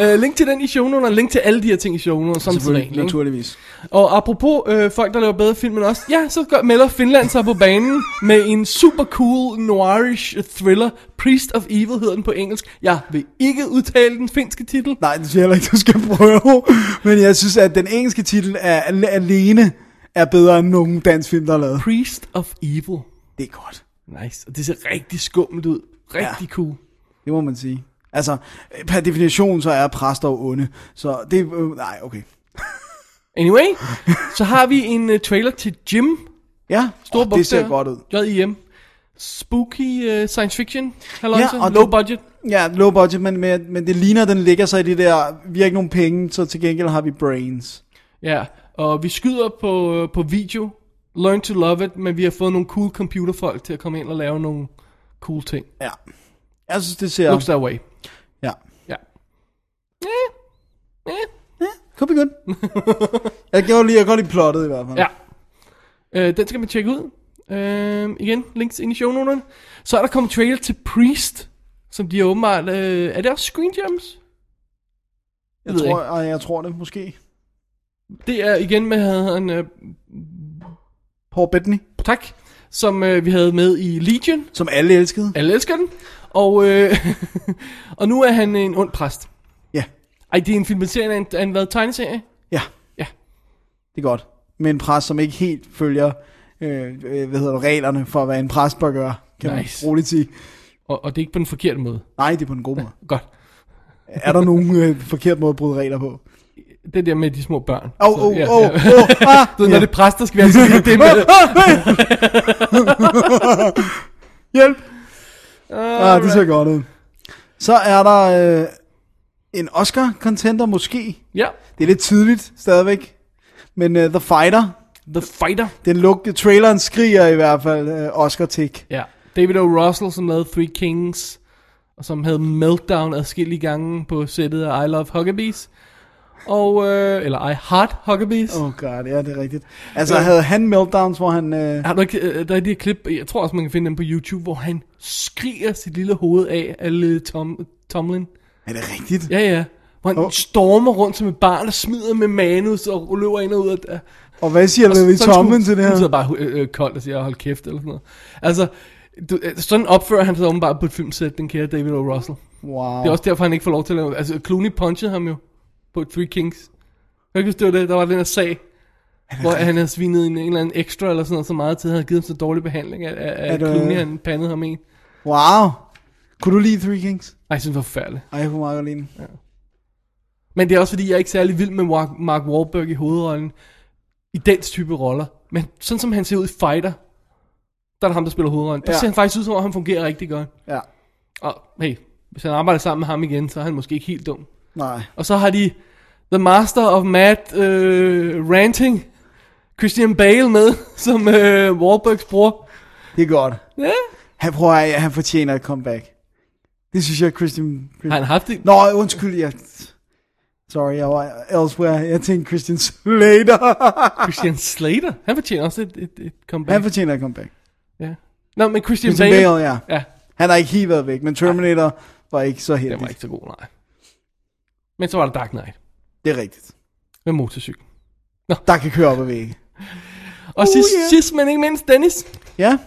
[LAUGHS] uh, link til den i shownoterne, og link til alle de her ting i shownoterne, som Selvfølgelig, sædvanligt. ikke? naturligvis. Og apropos øh, folk, der laver bedre film end os, ja, så gør, melder Finland sig på banen med en super cool noirish thriller. Priest of Evil hedder den på engelsk. Jeg vil ikke udtale den finske titel. Nej, det siger jeg heller ikke, du skal prøve. Men jeg synes, at den engelske titel er al- alene er bedre end nogen dansk film, der er lavet. Priest of Evil. Det er godt. Nice. Og det ser rigtig skummelt ud. Rigtig ja. cool. Det må man sige. Altså, øh, per definition, så er præster jo onde. Så det... Øh, nej, okay. Anyway, så har vi en uh, trailer til Jim. Ja, Store Åh, bogstaver. Ah, det ser godt ud. J-I-M. E Spooky uh, science fiction. Halløjse. Ja, Ja, og Low det- budget. Ja, low budget, men, men, men det ligner, at den ligger sig i det der... Vi har ikke nogen penge, så til gengæld har vi brains. Ja, og vi skyder på, øh, på video. Learn to love it, men vi har fået nogle cool computerfolk til at komme ind og lave nogle cool ting. Ja. Jeg synes, det Ja. ser... Looks that way. Ja. Ja. Ja, kom [LAUGHS] igen. jeg gjorde lige, jeg godt lige plottet i hvert fald. Ja. Øh, den skal man tjekke ud. Øh, igen, links ind i shownoterne. Så er der kommet trailer til Priest, som de åbenbart... Øh, er det også Screen Gems? jeg, ved jeg tror, ej, jeg tror det, måske. Det er igen med havde han, øh, Paul Bettany, tak, som øh, vi havde med i Legion. som alle elskede. Alle elsker den. Og, øh, [LAUGHS] og nu er han en ond præst. Ja, Ej, det er en filmatisering af en, af en hvad, tegneserie? ja, Ja. det er godt. Med en præst, som ikke helt følger øh, øh, hvad hedder det, reglerne for, hvad en præst bør gøre, kan Nice. man roligt sige. Og, og det er ikke på den forkerte måde. Nej, det er på en god måde. Godt. er der nogen øh, forkert måde at bryde regler på? Det der med de små børn. Åh, Så, åh, ja, [LAUGHS] åh, ja. åh, ah! Så når Ja. det er præster, skal vi altid [LAUGHS] lige det med. Ah, hey! [LAUGHS] Hjælp! Ah, det ser godt ud. Så er der øh, en Oscar-contender måske. Ja. Det er lidt tidligt stadigvæk. Men øh, The Fighter, The Fighter. den lugte, traileren skriger i hvert fald øh, Oscar-tik. Ja. David O. Russell, som lavede Three Kings, og som havde meltdown adskillige gange på sættet af I Love Huckabees. Og, øh, eller I Heart Huckabees. Oh god, ja, det er rigtigt. Altså, havde han meltdowns, hvor han... Øh, Har du ikke, øh, der er de her klip, jeg tror også, man kan finde dem på YouTube, hvor han skriger sit lille hoved af, alle Tom, Tomlin. er det rigtigt? Ja, ja. Hvor han oh. stormer rundt som et barn og smider med manus og løber ind og ud af... af- Og hvad siger og så- Larry sådan skulle- Tomlin til det Hun her? sidder bare øh, øh, kold og siger, hold kæft, eller sådan noget. Altså, du, øh, sådan opfører han sig åbenbart på et filmsæt, den kære David O. Russell. Wow. Det er også derfor, han ikke får lov til at lave... Altså, Clooney punchede ham jo på Three Kings. Kan du ikke forstå det? Der var den her sag, hvor han havde svinet en, en eller anden ekstra eller sådan noget så meget til, at han havde givet ham så dårlig behandling, at, at, Er at du- Clooney han pandede ham en. Wow. Kunne du lide Three Kings? Ej, jeg synes, det var forfærdeligt. Ej, jeg kunne meget godt lide den. Men det er også fordi, jeg er ikke særlig vild med Mark- Mark Wahlberg i hovedrollen, i den type roller. Men sådan som han ser ud i Fighter, der er det ham, der spiller hovedrollen. Der Ja. ja. ser han faktisk ud som om, han fungerer rigtig godt. Ja. Og hey, hvis han arbejder sammen med ham igen, så er han måske ikke helt dum. Nej. Og så har de The Master of Mad øh, Ranting, Christian Bale med, [LAUGHS] som øh, Wahlbergs bror. Det er godt. Ja. Han prøver at han fortjener et comeback. Det synes jeg, Christian... Har han haft det? Nå, undskyld, jeg... Sorry, jeg var elsewhere. Jeg tænkte Christian [LAUGHS] Slater. Christian Slater? Han fortjener også et, et, et comeback. han For... fortjener et comeback. Ja. Nå, men Christian, Christian Bale... Bale, ja. Ja, Han har ikke helt været væk, men Terminator var ikke så heldig. den var ikke så god, nej. Men så var der Dark Knight Det er rigtigt. med motorcykel. Der kan køre op ad vægge. Og sidst, Uh, yeah. yeah. sidst, men ikke mindst, Dennis. Ja.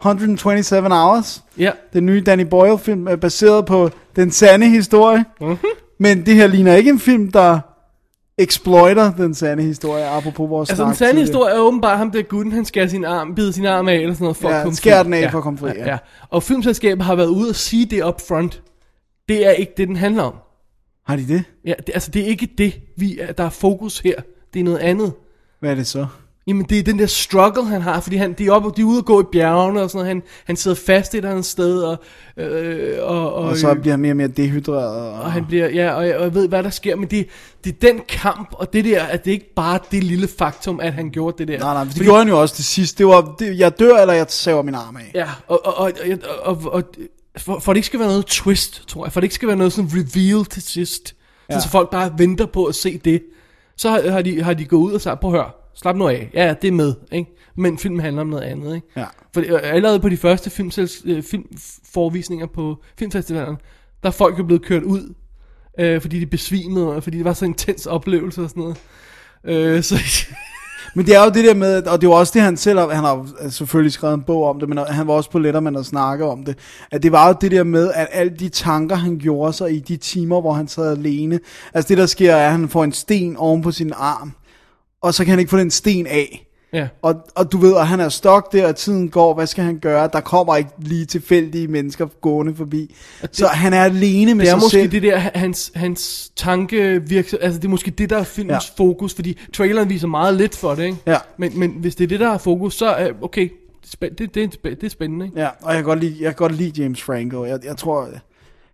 127 Hours. Ja, Den nye Danny Boyle film er baseret på den sande historie. Mhm. Mm-hmm. Men det her ligner ikke en film, der exploiter den sande historie, apropos vores altså den snak sande tidligere. historie er åbenbart ham der gutten, han skærer sin arm, bider sin arm af eller sådan noget for Ja, at komme skærer fri. den af for at komme fri, ja. ja. ja. Og filmselskabet har været ude og sige det up front. Det er ikke det, den handler om. Har de det? Ja, det, altså det er ikke det, vi er, der er fokus her. Det er noget andet. Hvad er det så? Jamen det er den der struggle han har Fordi han, de, er oppe, de er ude og gå i bjergene og sådan noget. Han, han sidder fast et eller andet sted Og, øh, og, og, Og så bliver han mere og mere dehydreret. Og... og han bliver, ja, og jeg, og jeg ved, hvad der sker, men det, det er den kamp, og det der, at det er ikke bare det lille faktum, at han gjorde det der. Nej, nej, for det gjorde han jo også til sidst. Det var, det, jeg dør, eller jeg saver min arm af. Ja, og, og, og, og, og, og for, for det ikke skal være noget twist, tror jeg, for det ikke skal være noget sådan reveal til sidst, ja. så folk bare venter på at se det, så har, har, de, har de gået ud og sagt, prøv at høre, slap nu af, ja, ja, det er med, ikke? men filmen handler om noget andet. Ikke? Ja. For det- og allerede på de første filmsels, øh, filmforvisninger på filmfestivalerne, der er folk jo blevet kørt ud, øh, fordi de besvimede, og fordi det var så intens oplevelse og sådan noget. Øh, så, [LAUGHS] Men det er jo det der med, og det er jo også det, han selv har, han har jo selvfølgelig skrevet en bog om det, men han var også på Letterman og snakke om det, at det var jo det der med, at alle de tanker, han gjorde sig i de timer, hvor han sad alene, altså det der sker, er, at han får en sten oven på sin arm, og så kan han ikke få den sten af. ja. Og, og du ved, at han er stok der, og tiden går, hvad skal han gøre? Der kommer ikke lige tilfældige mennesker gående forbi. Det, så han er alene med Det er sig måske selv. selv. det der, hans, hans tanke virker, altså det er måske det, der er filmens Ja. ja. fokus, fordi traileren viser meget lidt for det, ikke? Ja. Men, men hvis det er det, der er fokus, så er, okay, spæ- det, det, er en spæ- det er spændende, ikke? Ja, og jeg kan godt lide, jeg kan godt lide James Franco. Jeg, jeg tror,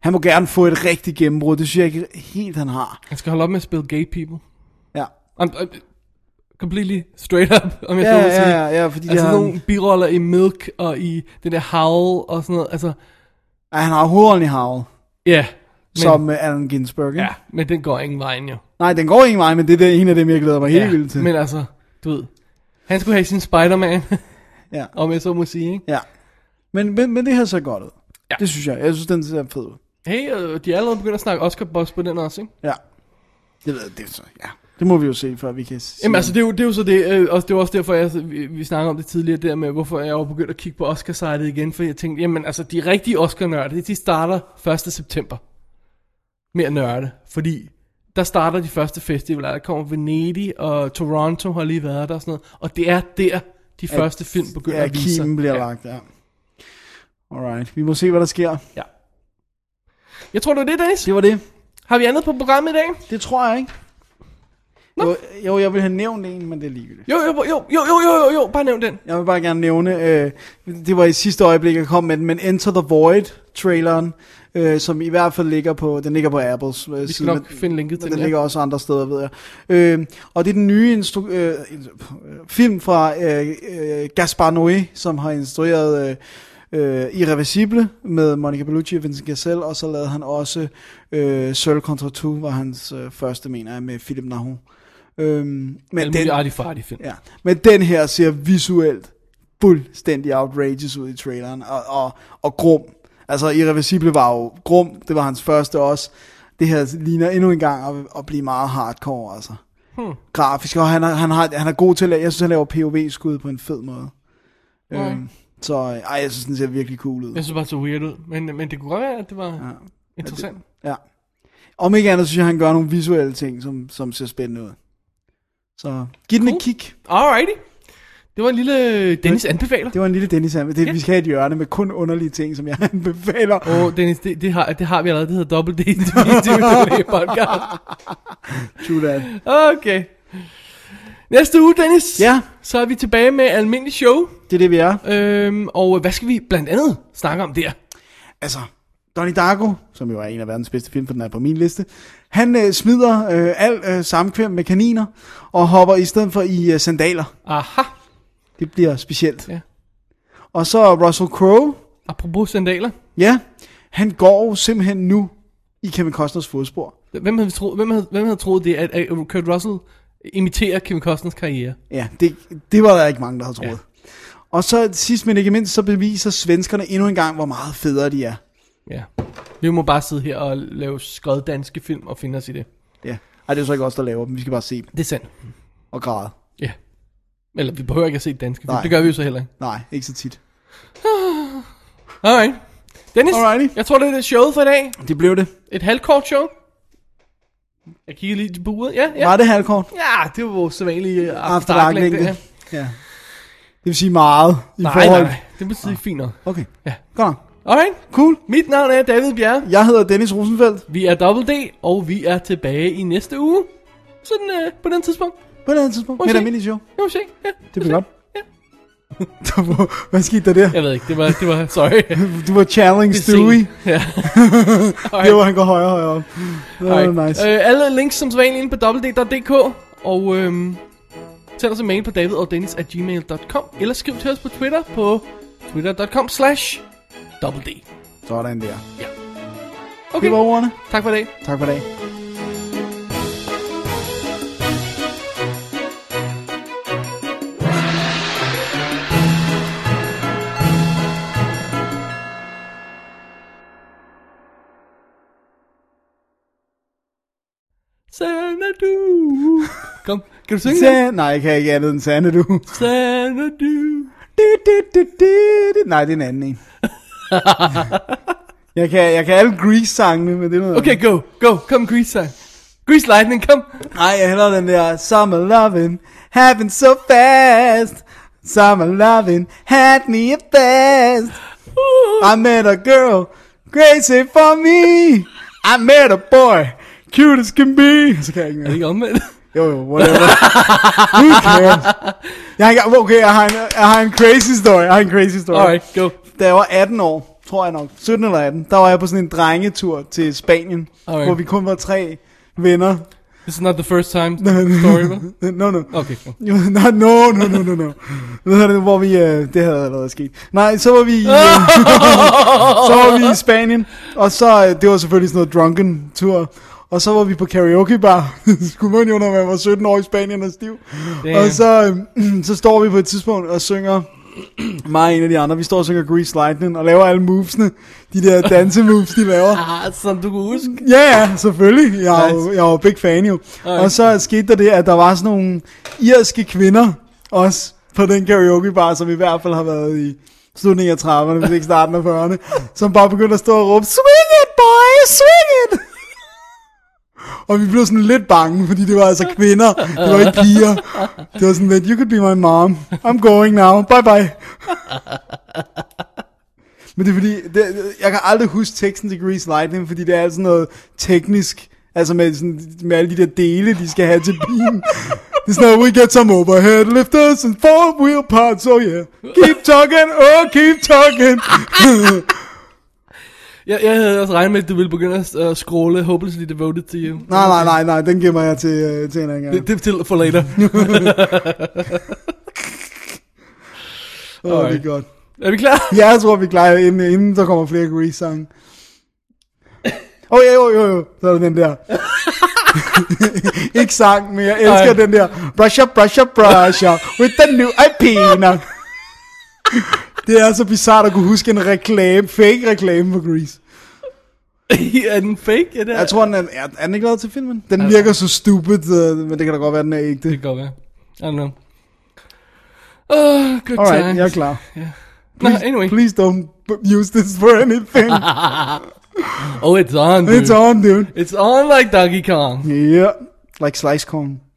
han må gerne få et rigtigt gennembrud. Det synes jeg ikke helt, han har. Han skal holde op med at spille gay people. Ja, I'm, I'm completely straight up, om jeg ja, så må sige. ja, ja, ja fordi Altså altså, sådan han, nogle biroller i Milk og i den der Howl og sådan noget, altså, ja, han har hovedånden i Howl, ja. Men, som uh, Allen Ginsberg. ikke? Ja, men den går ingen vejen jo. Nej, den går ingen vej, men det er der- en af dem, jeg glæder mig helt vildt til. men altså, du ved, han skulle have sin Spider-Man, Ja. [LAUGHS] om jeg så må sige, ikke? ja. Men, men, men det her ser godt ud. Ja. Ja. Det synes jeg. Jeg synes, den ser fed ud. Hey, øh, de er allerede begyndt at snakke Oscar-boss på den også, ikke? Ja. Det ved jeg, det er så, ja. Det må vi jo se, før vi kan sige. Jamen altså, det er jo, det er jo så det, øh, og det var også derfor, jeg, vi, vi snakkede om det tidligere, der med, hvorfor jeg var begyndt at kigge på Oscar-sitet igen, for jeg tænkte, jamen altså, de rigtige Oscar-nørder, de starter 1. september med at nørde, fordi der starter de første festivaler, der kommer Venedig, og Toronto har lige været der og sådan noget, og det er der, de første film begynder ja, at vise sig. kimen bliver ja. lagt, ja. Alright, vi må se, hvad der sker. Ja. Jeg tror, det var det, Dennis. Det var det. Har vi andet på programmet i dag? Det tror jeg ikke. Jo, jo, jeg vil have nævnt en, men det er ligegyldigt. Jo, jo, jo, jo, jo, jo, jo, jo, bare nævn den. Jeg vil bare gerne nævne, øh, det var i sidste øjeblik, jeg kom med den, men Enter the Void-traileren, øh, som i hvert fald ligger på, den ligger på Apples øh, Vi skal side, nok men- finde linket til den den, ja. ja. ligger også andre steder, ved jeg. Øh, og det er den nye instru- øh, instru- øh, film fra øh, øh, Gaspar Noé, som har instrueret øh, øh, Irreversible med Monica Bellucci og Vincent Cassel, og så lavede han også øh, Seul Contra 2, var hans øh, første, mener jeg, med Philip Nahu. Øh, men, Alle den, mulige artifartige film. ja. men den her ser visuelt fuldstændig outrageous ud i traileren, og, og, og grum. Altså, Irreversible var jo grum, det var hans første også. det her ligner endnu en gang at, at blive meget hardcore, altså. Hmm. Grafisk, og han er, han, har, han er god til at lave, jeg synes, han laver POV-skud på en fed måde. Mm. Øhm, så øh, ej, jeg synes, den ser virkelig cool ud. Jeg synes bare, det så weird ud. Men, men det kunne godt være, at det var ja. interessant. Ja, Ja. Om ikke andet, synes jeg, han gør nogle visuelle ting, som, som ser spændende ud. Så giv den Cool. et kig. det... Alrighty. Det var en lille øh, Dennis anbefaler. Det var en lille Dennis her. Det, Ja. Vi skal have et hjørne med kun underlige ting, som jeg [LAUGHS] anbefaler. Åh, oh, Dennis, det, det, har, det har vi allerede. Det hedder Double D. [LAUGHS] Det er podcast. True that. Okay. Næste uge, Dennis. Ja, Så er vi tilbage med almindelig show. det er det, vi er. Øhm, og hvad skal vi blandt andet snakke om der? Altså, Donnie Darko, som jo er en af verdens bedste film, for den er på min liste, han øh, smider øh, al øh, samkvem med kaniner og hopper i stedet for i øh, sandaler. Aha. Det bliver specielt. Ja. Og så Russell Crowe, Apropos sandaler. ja, han går jo simpelthen nu i Kevin Costners fodspor. Hvem havde, troet, hvem havde, hvem havde troet det, at, at Kurt Russell imiterer Kevin Costners karriere? Ja, det, det var der ikke mange, der havde troet. Ja. Og så sidst men ikke mindst, så beviser svenskerne endnu en gang, hvor meget federe de er. Ja. Vi må bare sidde her og lave skød danske film og finde os i det. Ja. Ej, det er jo så ikke os, der laver dem. Vi skal bare se dem Det er sandt. og græde. Ja. Eller vi behøver ikke at se danske film. Nej. Det gør vi jo så heller ikke. Nej, ikke så tit. Alright. Dennis, Alrighty. jeg tror, det er det showet for i dag. Det blev det. Et halvkort show. Jeg kigger lige på uret. Ja, Ah, ja. Ja. Var det halvkort? Ja, det var vores sædvanlige After Dark længde. afterdark-længde, Ja. Ja. Det vil sige meget i Nej, forhold. nej, det betyder ikke fint nok. Okay. Ja. Godt nok. Alright, Cool. mit navn er David Bjerre. Jeg hedder Dennis Rosenfeldt. Vi er Double D, og vi er tilbage i næste uge. Sådan øh, på den tidspunkt. På et andet tidspunkt. Må Med vi et se? almindeligt show. Jeg må se. Ja, Det må bliver se. godt. [LAUGHS] Hvad skete der der? Jeg ved ikke, det var, det var, [LAUGHS] sorry. Du var channeling Det er Stewie. sent. Ja. Det var, han går højere og højere op. Det var Alright. nice. Øh, alle links som sædvanligt inde på www.dk, og øhm, send os en mail på davidogdennis@gmail.com eller skriv til os på Twitter på twitter.com slash double D. Sådan der. Okay, Det var ordene. tak for i dag. Tak for i dag. Sanadu. Kom, kan du synge den? Sa- Nej, jeg kan ikke andet end sande, du. [LAUGHS] Sanadu. Du, du, du, du, du. Nej, det er en anden [LAUGHS] en. jeg, kan, jeg kan alle Grease-sangene, men det er noget Okay, go, go. Kom, Grease sang. Grease Lightning, kom. Nej, jeg hælder den der Summer lovin', happen so fast Summer lovin', had me at best I met a girl, crazy for me I met a boy, cute as can be Så kan jeg ikke Er det mere. ikke omvendt? Jo, jo, [LAUGHS] whatever Who cares jeg har, ikke- Okay, jeg har, en, jeg har en crazy story Jeg har en crazy story Alright, go. da jeg var 18 år, tror jeg nok, 17 eller 18, der var jeg på sådan en drengetur til Spanien, Okay. okay. hvor vi kun var tre venner. This is not the first time story, vel? No, no. Okay, go. [LAUGHS] Jo, Nej, no, no, no, no, no. Hvad hedder det, hvor vi, øh, det havde allerede sket. Nej, så var vi, i, øh, [LAUGHS] så var vi i Spanien, og så, øh, det var selvfølgelig sådan noget drunken tur. Og så var vi på karaoke bar. [LAUGHS] Skulle man jo, når man var 17 år i Spanien og stiv. Damn. Og så, øh, [CLEARS THROAT] så står vi på et tidspunkt og synger, [CLEARS THROAT] mig og en af de andre, vi står og synger Grease Lightning, og laver alle movesene, de der dansemoves, de laver. Ah, som du kan huske. Ja, ja, selvfølgelig. Jeg er, jo, Nice. jeg er jo big fan jo. Alright. Og så skete der det, at der var sådan nogle irske kvinder også på den karaoke bar, som i hvert fald har været i slutningen af 30'erne, hvis ikke starten af 40'erne, som bare begyndte at stå og råbe, swing it boy, swing it! Og vi blev sådan lidt bange, fordi det var altså kvinder, det var ikke piger. Det var sådan lidt, you could be my mom, I'm going now, bye bye. Men det er fordi, det, det- jeg kan aldrig huske teksten til Grease Lightning, fordi det er sådan noget teknisk, altså med, sådan, med alle de der dele, de skal have til bilen. Det er sådan noget, we get some overhead lifters and four wheel parts, oh yeah. Keep talking, oh keep talking. Jeg, jeg havde også regnet med, at du ville begynde at uh, scrolle Hopelessly Devoted to You. nej, nej, nej, nej, den gemmer jeg til, øh, til en anden gang. Det, det er til for later. Åh, det er godt. er vi klar? [LAUGHS] Ja, jeg tror, vi klarer det, inden, inden der kommer flere Grease-sange. Åh, oh, ja, jo, jo, jo. Så er det den der. [LAUGHS] Ikke sang, men jeg elsker Ej. den der. Brush up, brush up, brush up with the new alpina. det er så bizart at kunne huske en reklame, fake reklame for Grease. er den fake? Ja, det er, Jeg tror, den er, er, er den ikke lavet til filmen? Den altså. virker så stupid, øh, men det kan da godt være, den er ægte. Det kan godt være. I don't know. Oh, good Alright, times. jeg er klar. Nå, anyway. Please don't b- use this for [LAUGHS] anything. Oh, it's on, dude. It's on, dude. It's on like Donkey Kong. Yeah, like slice corn.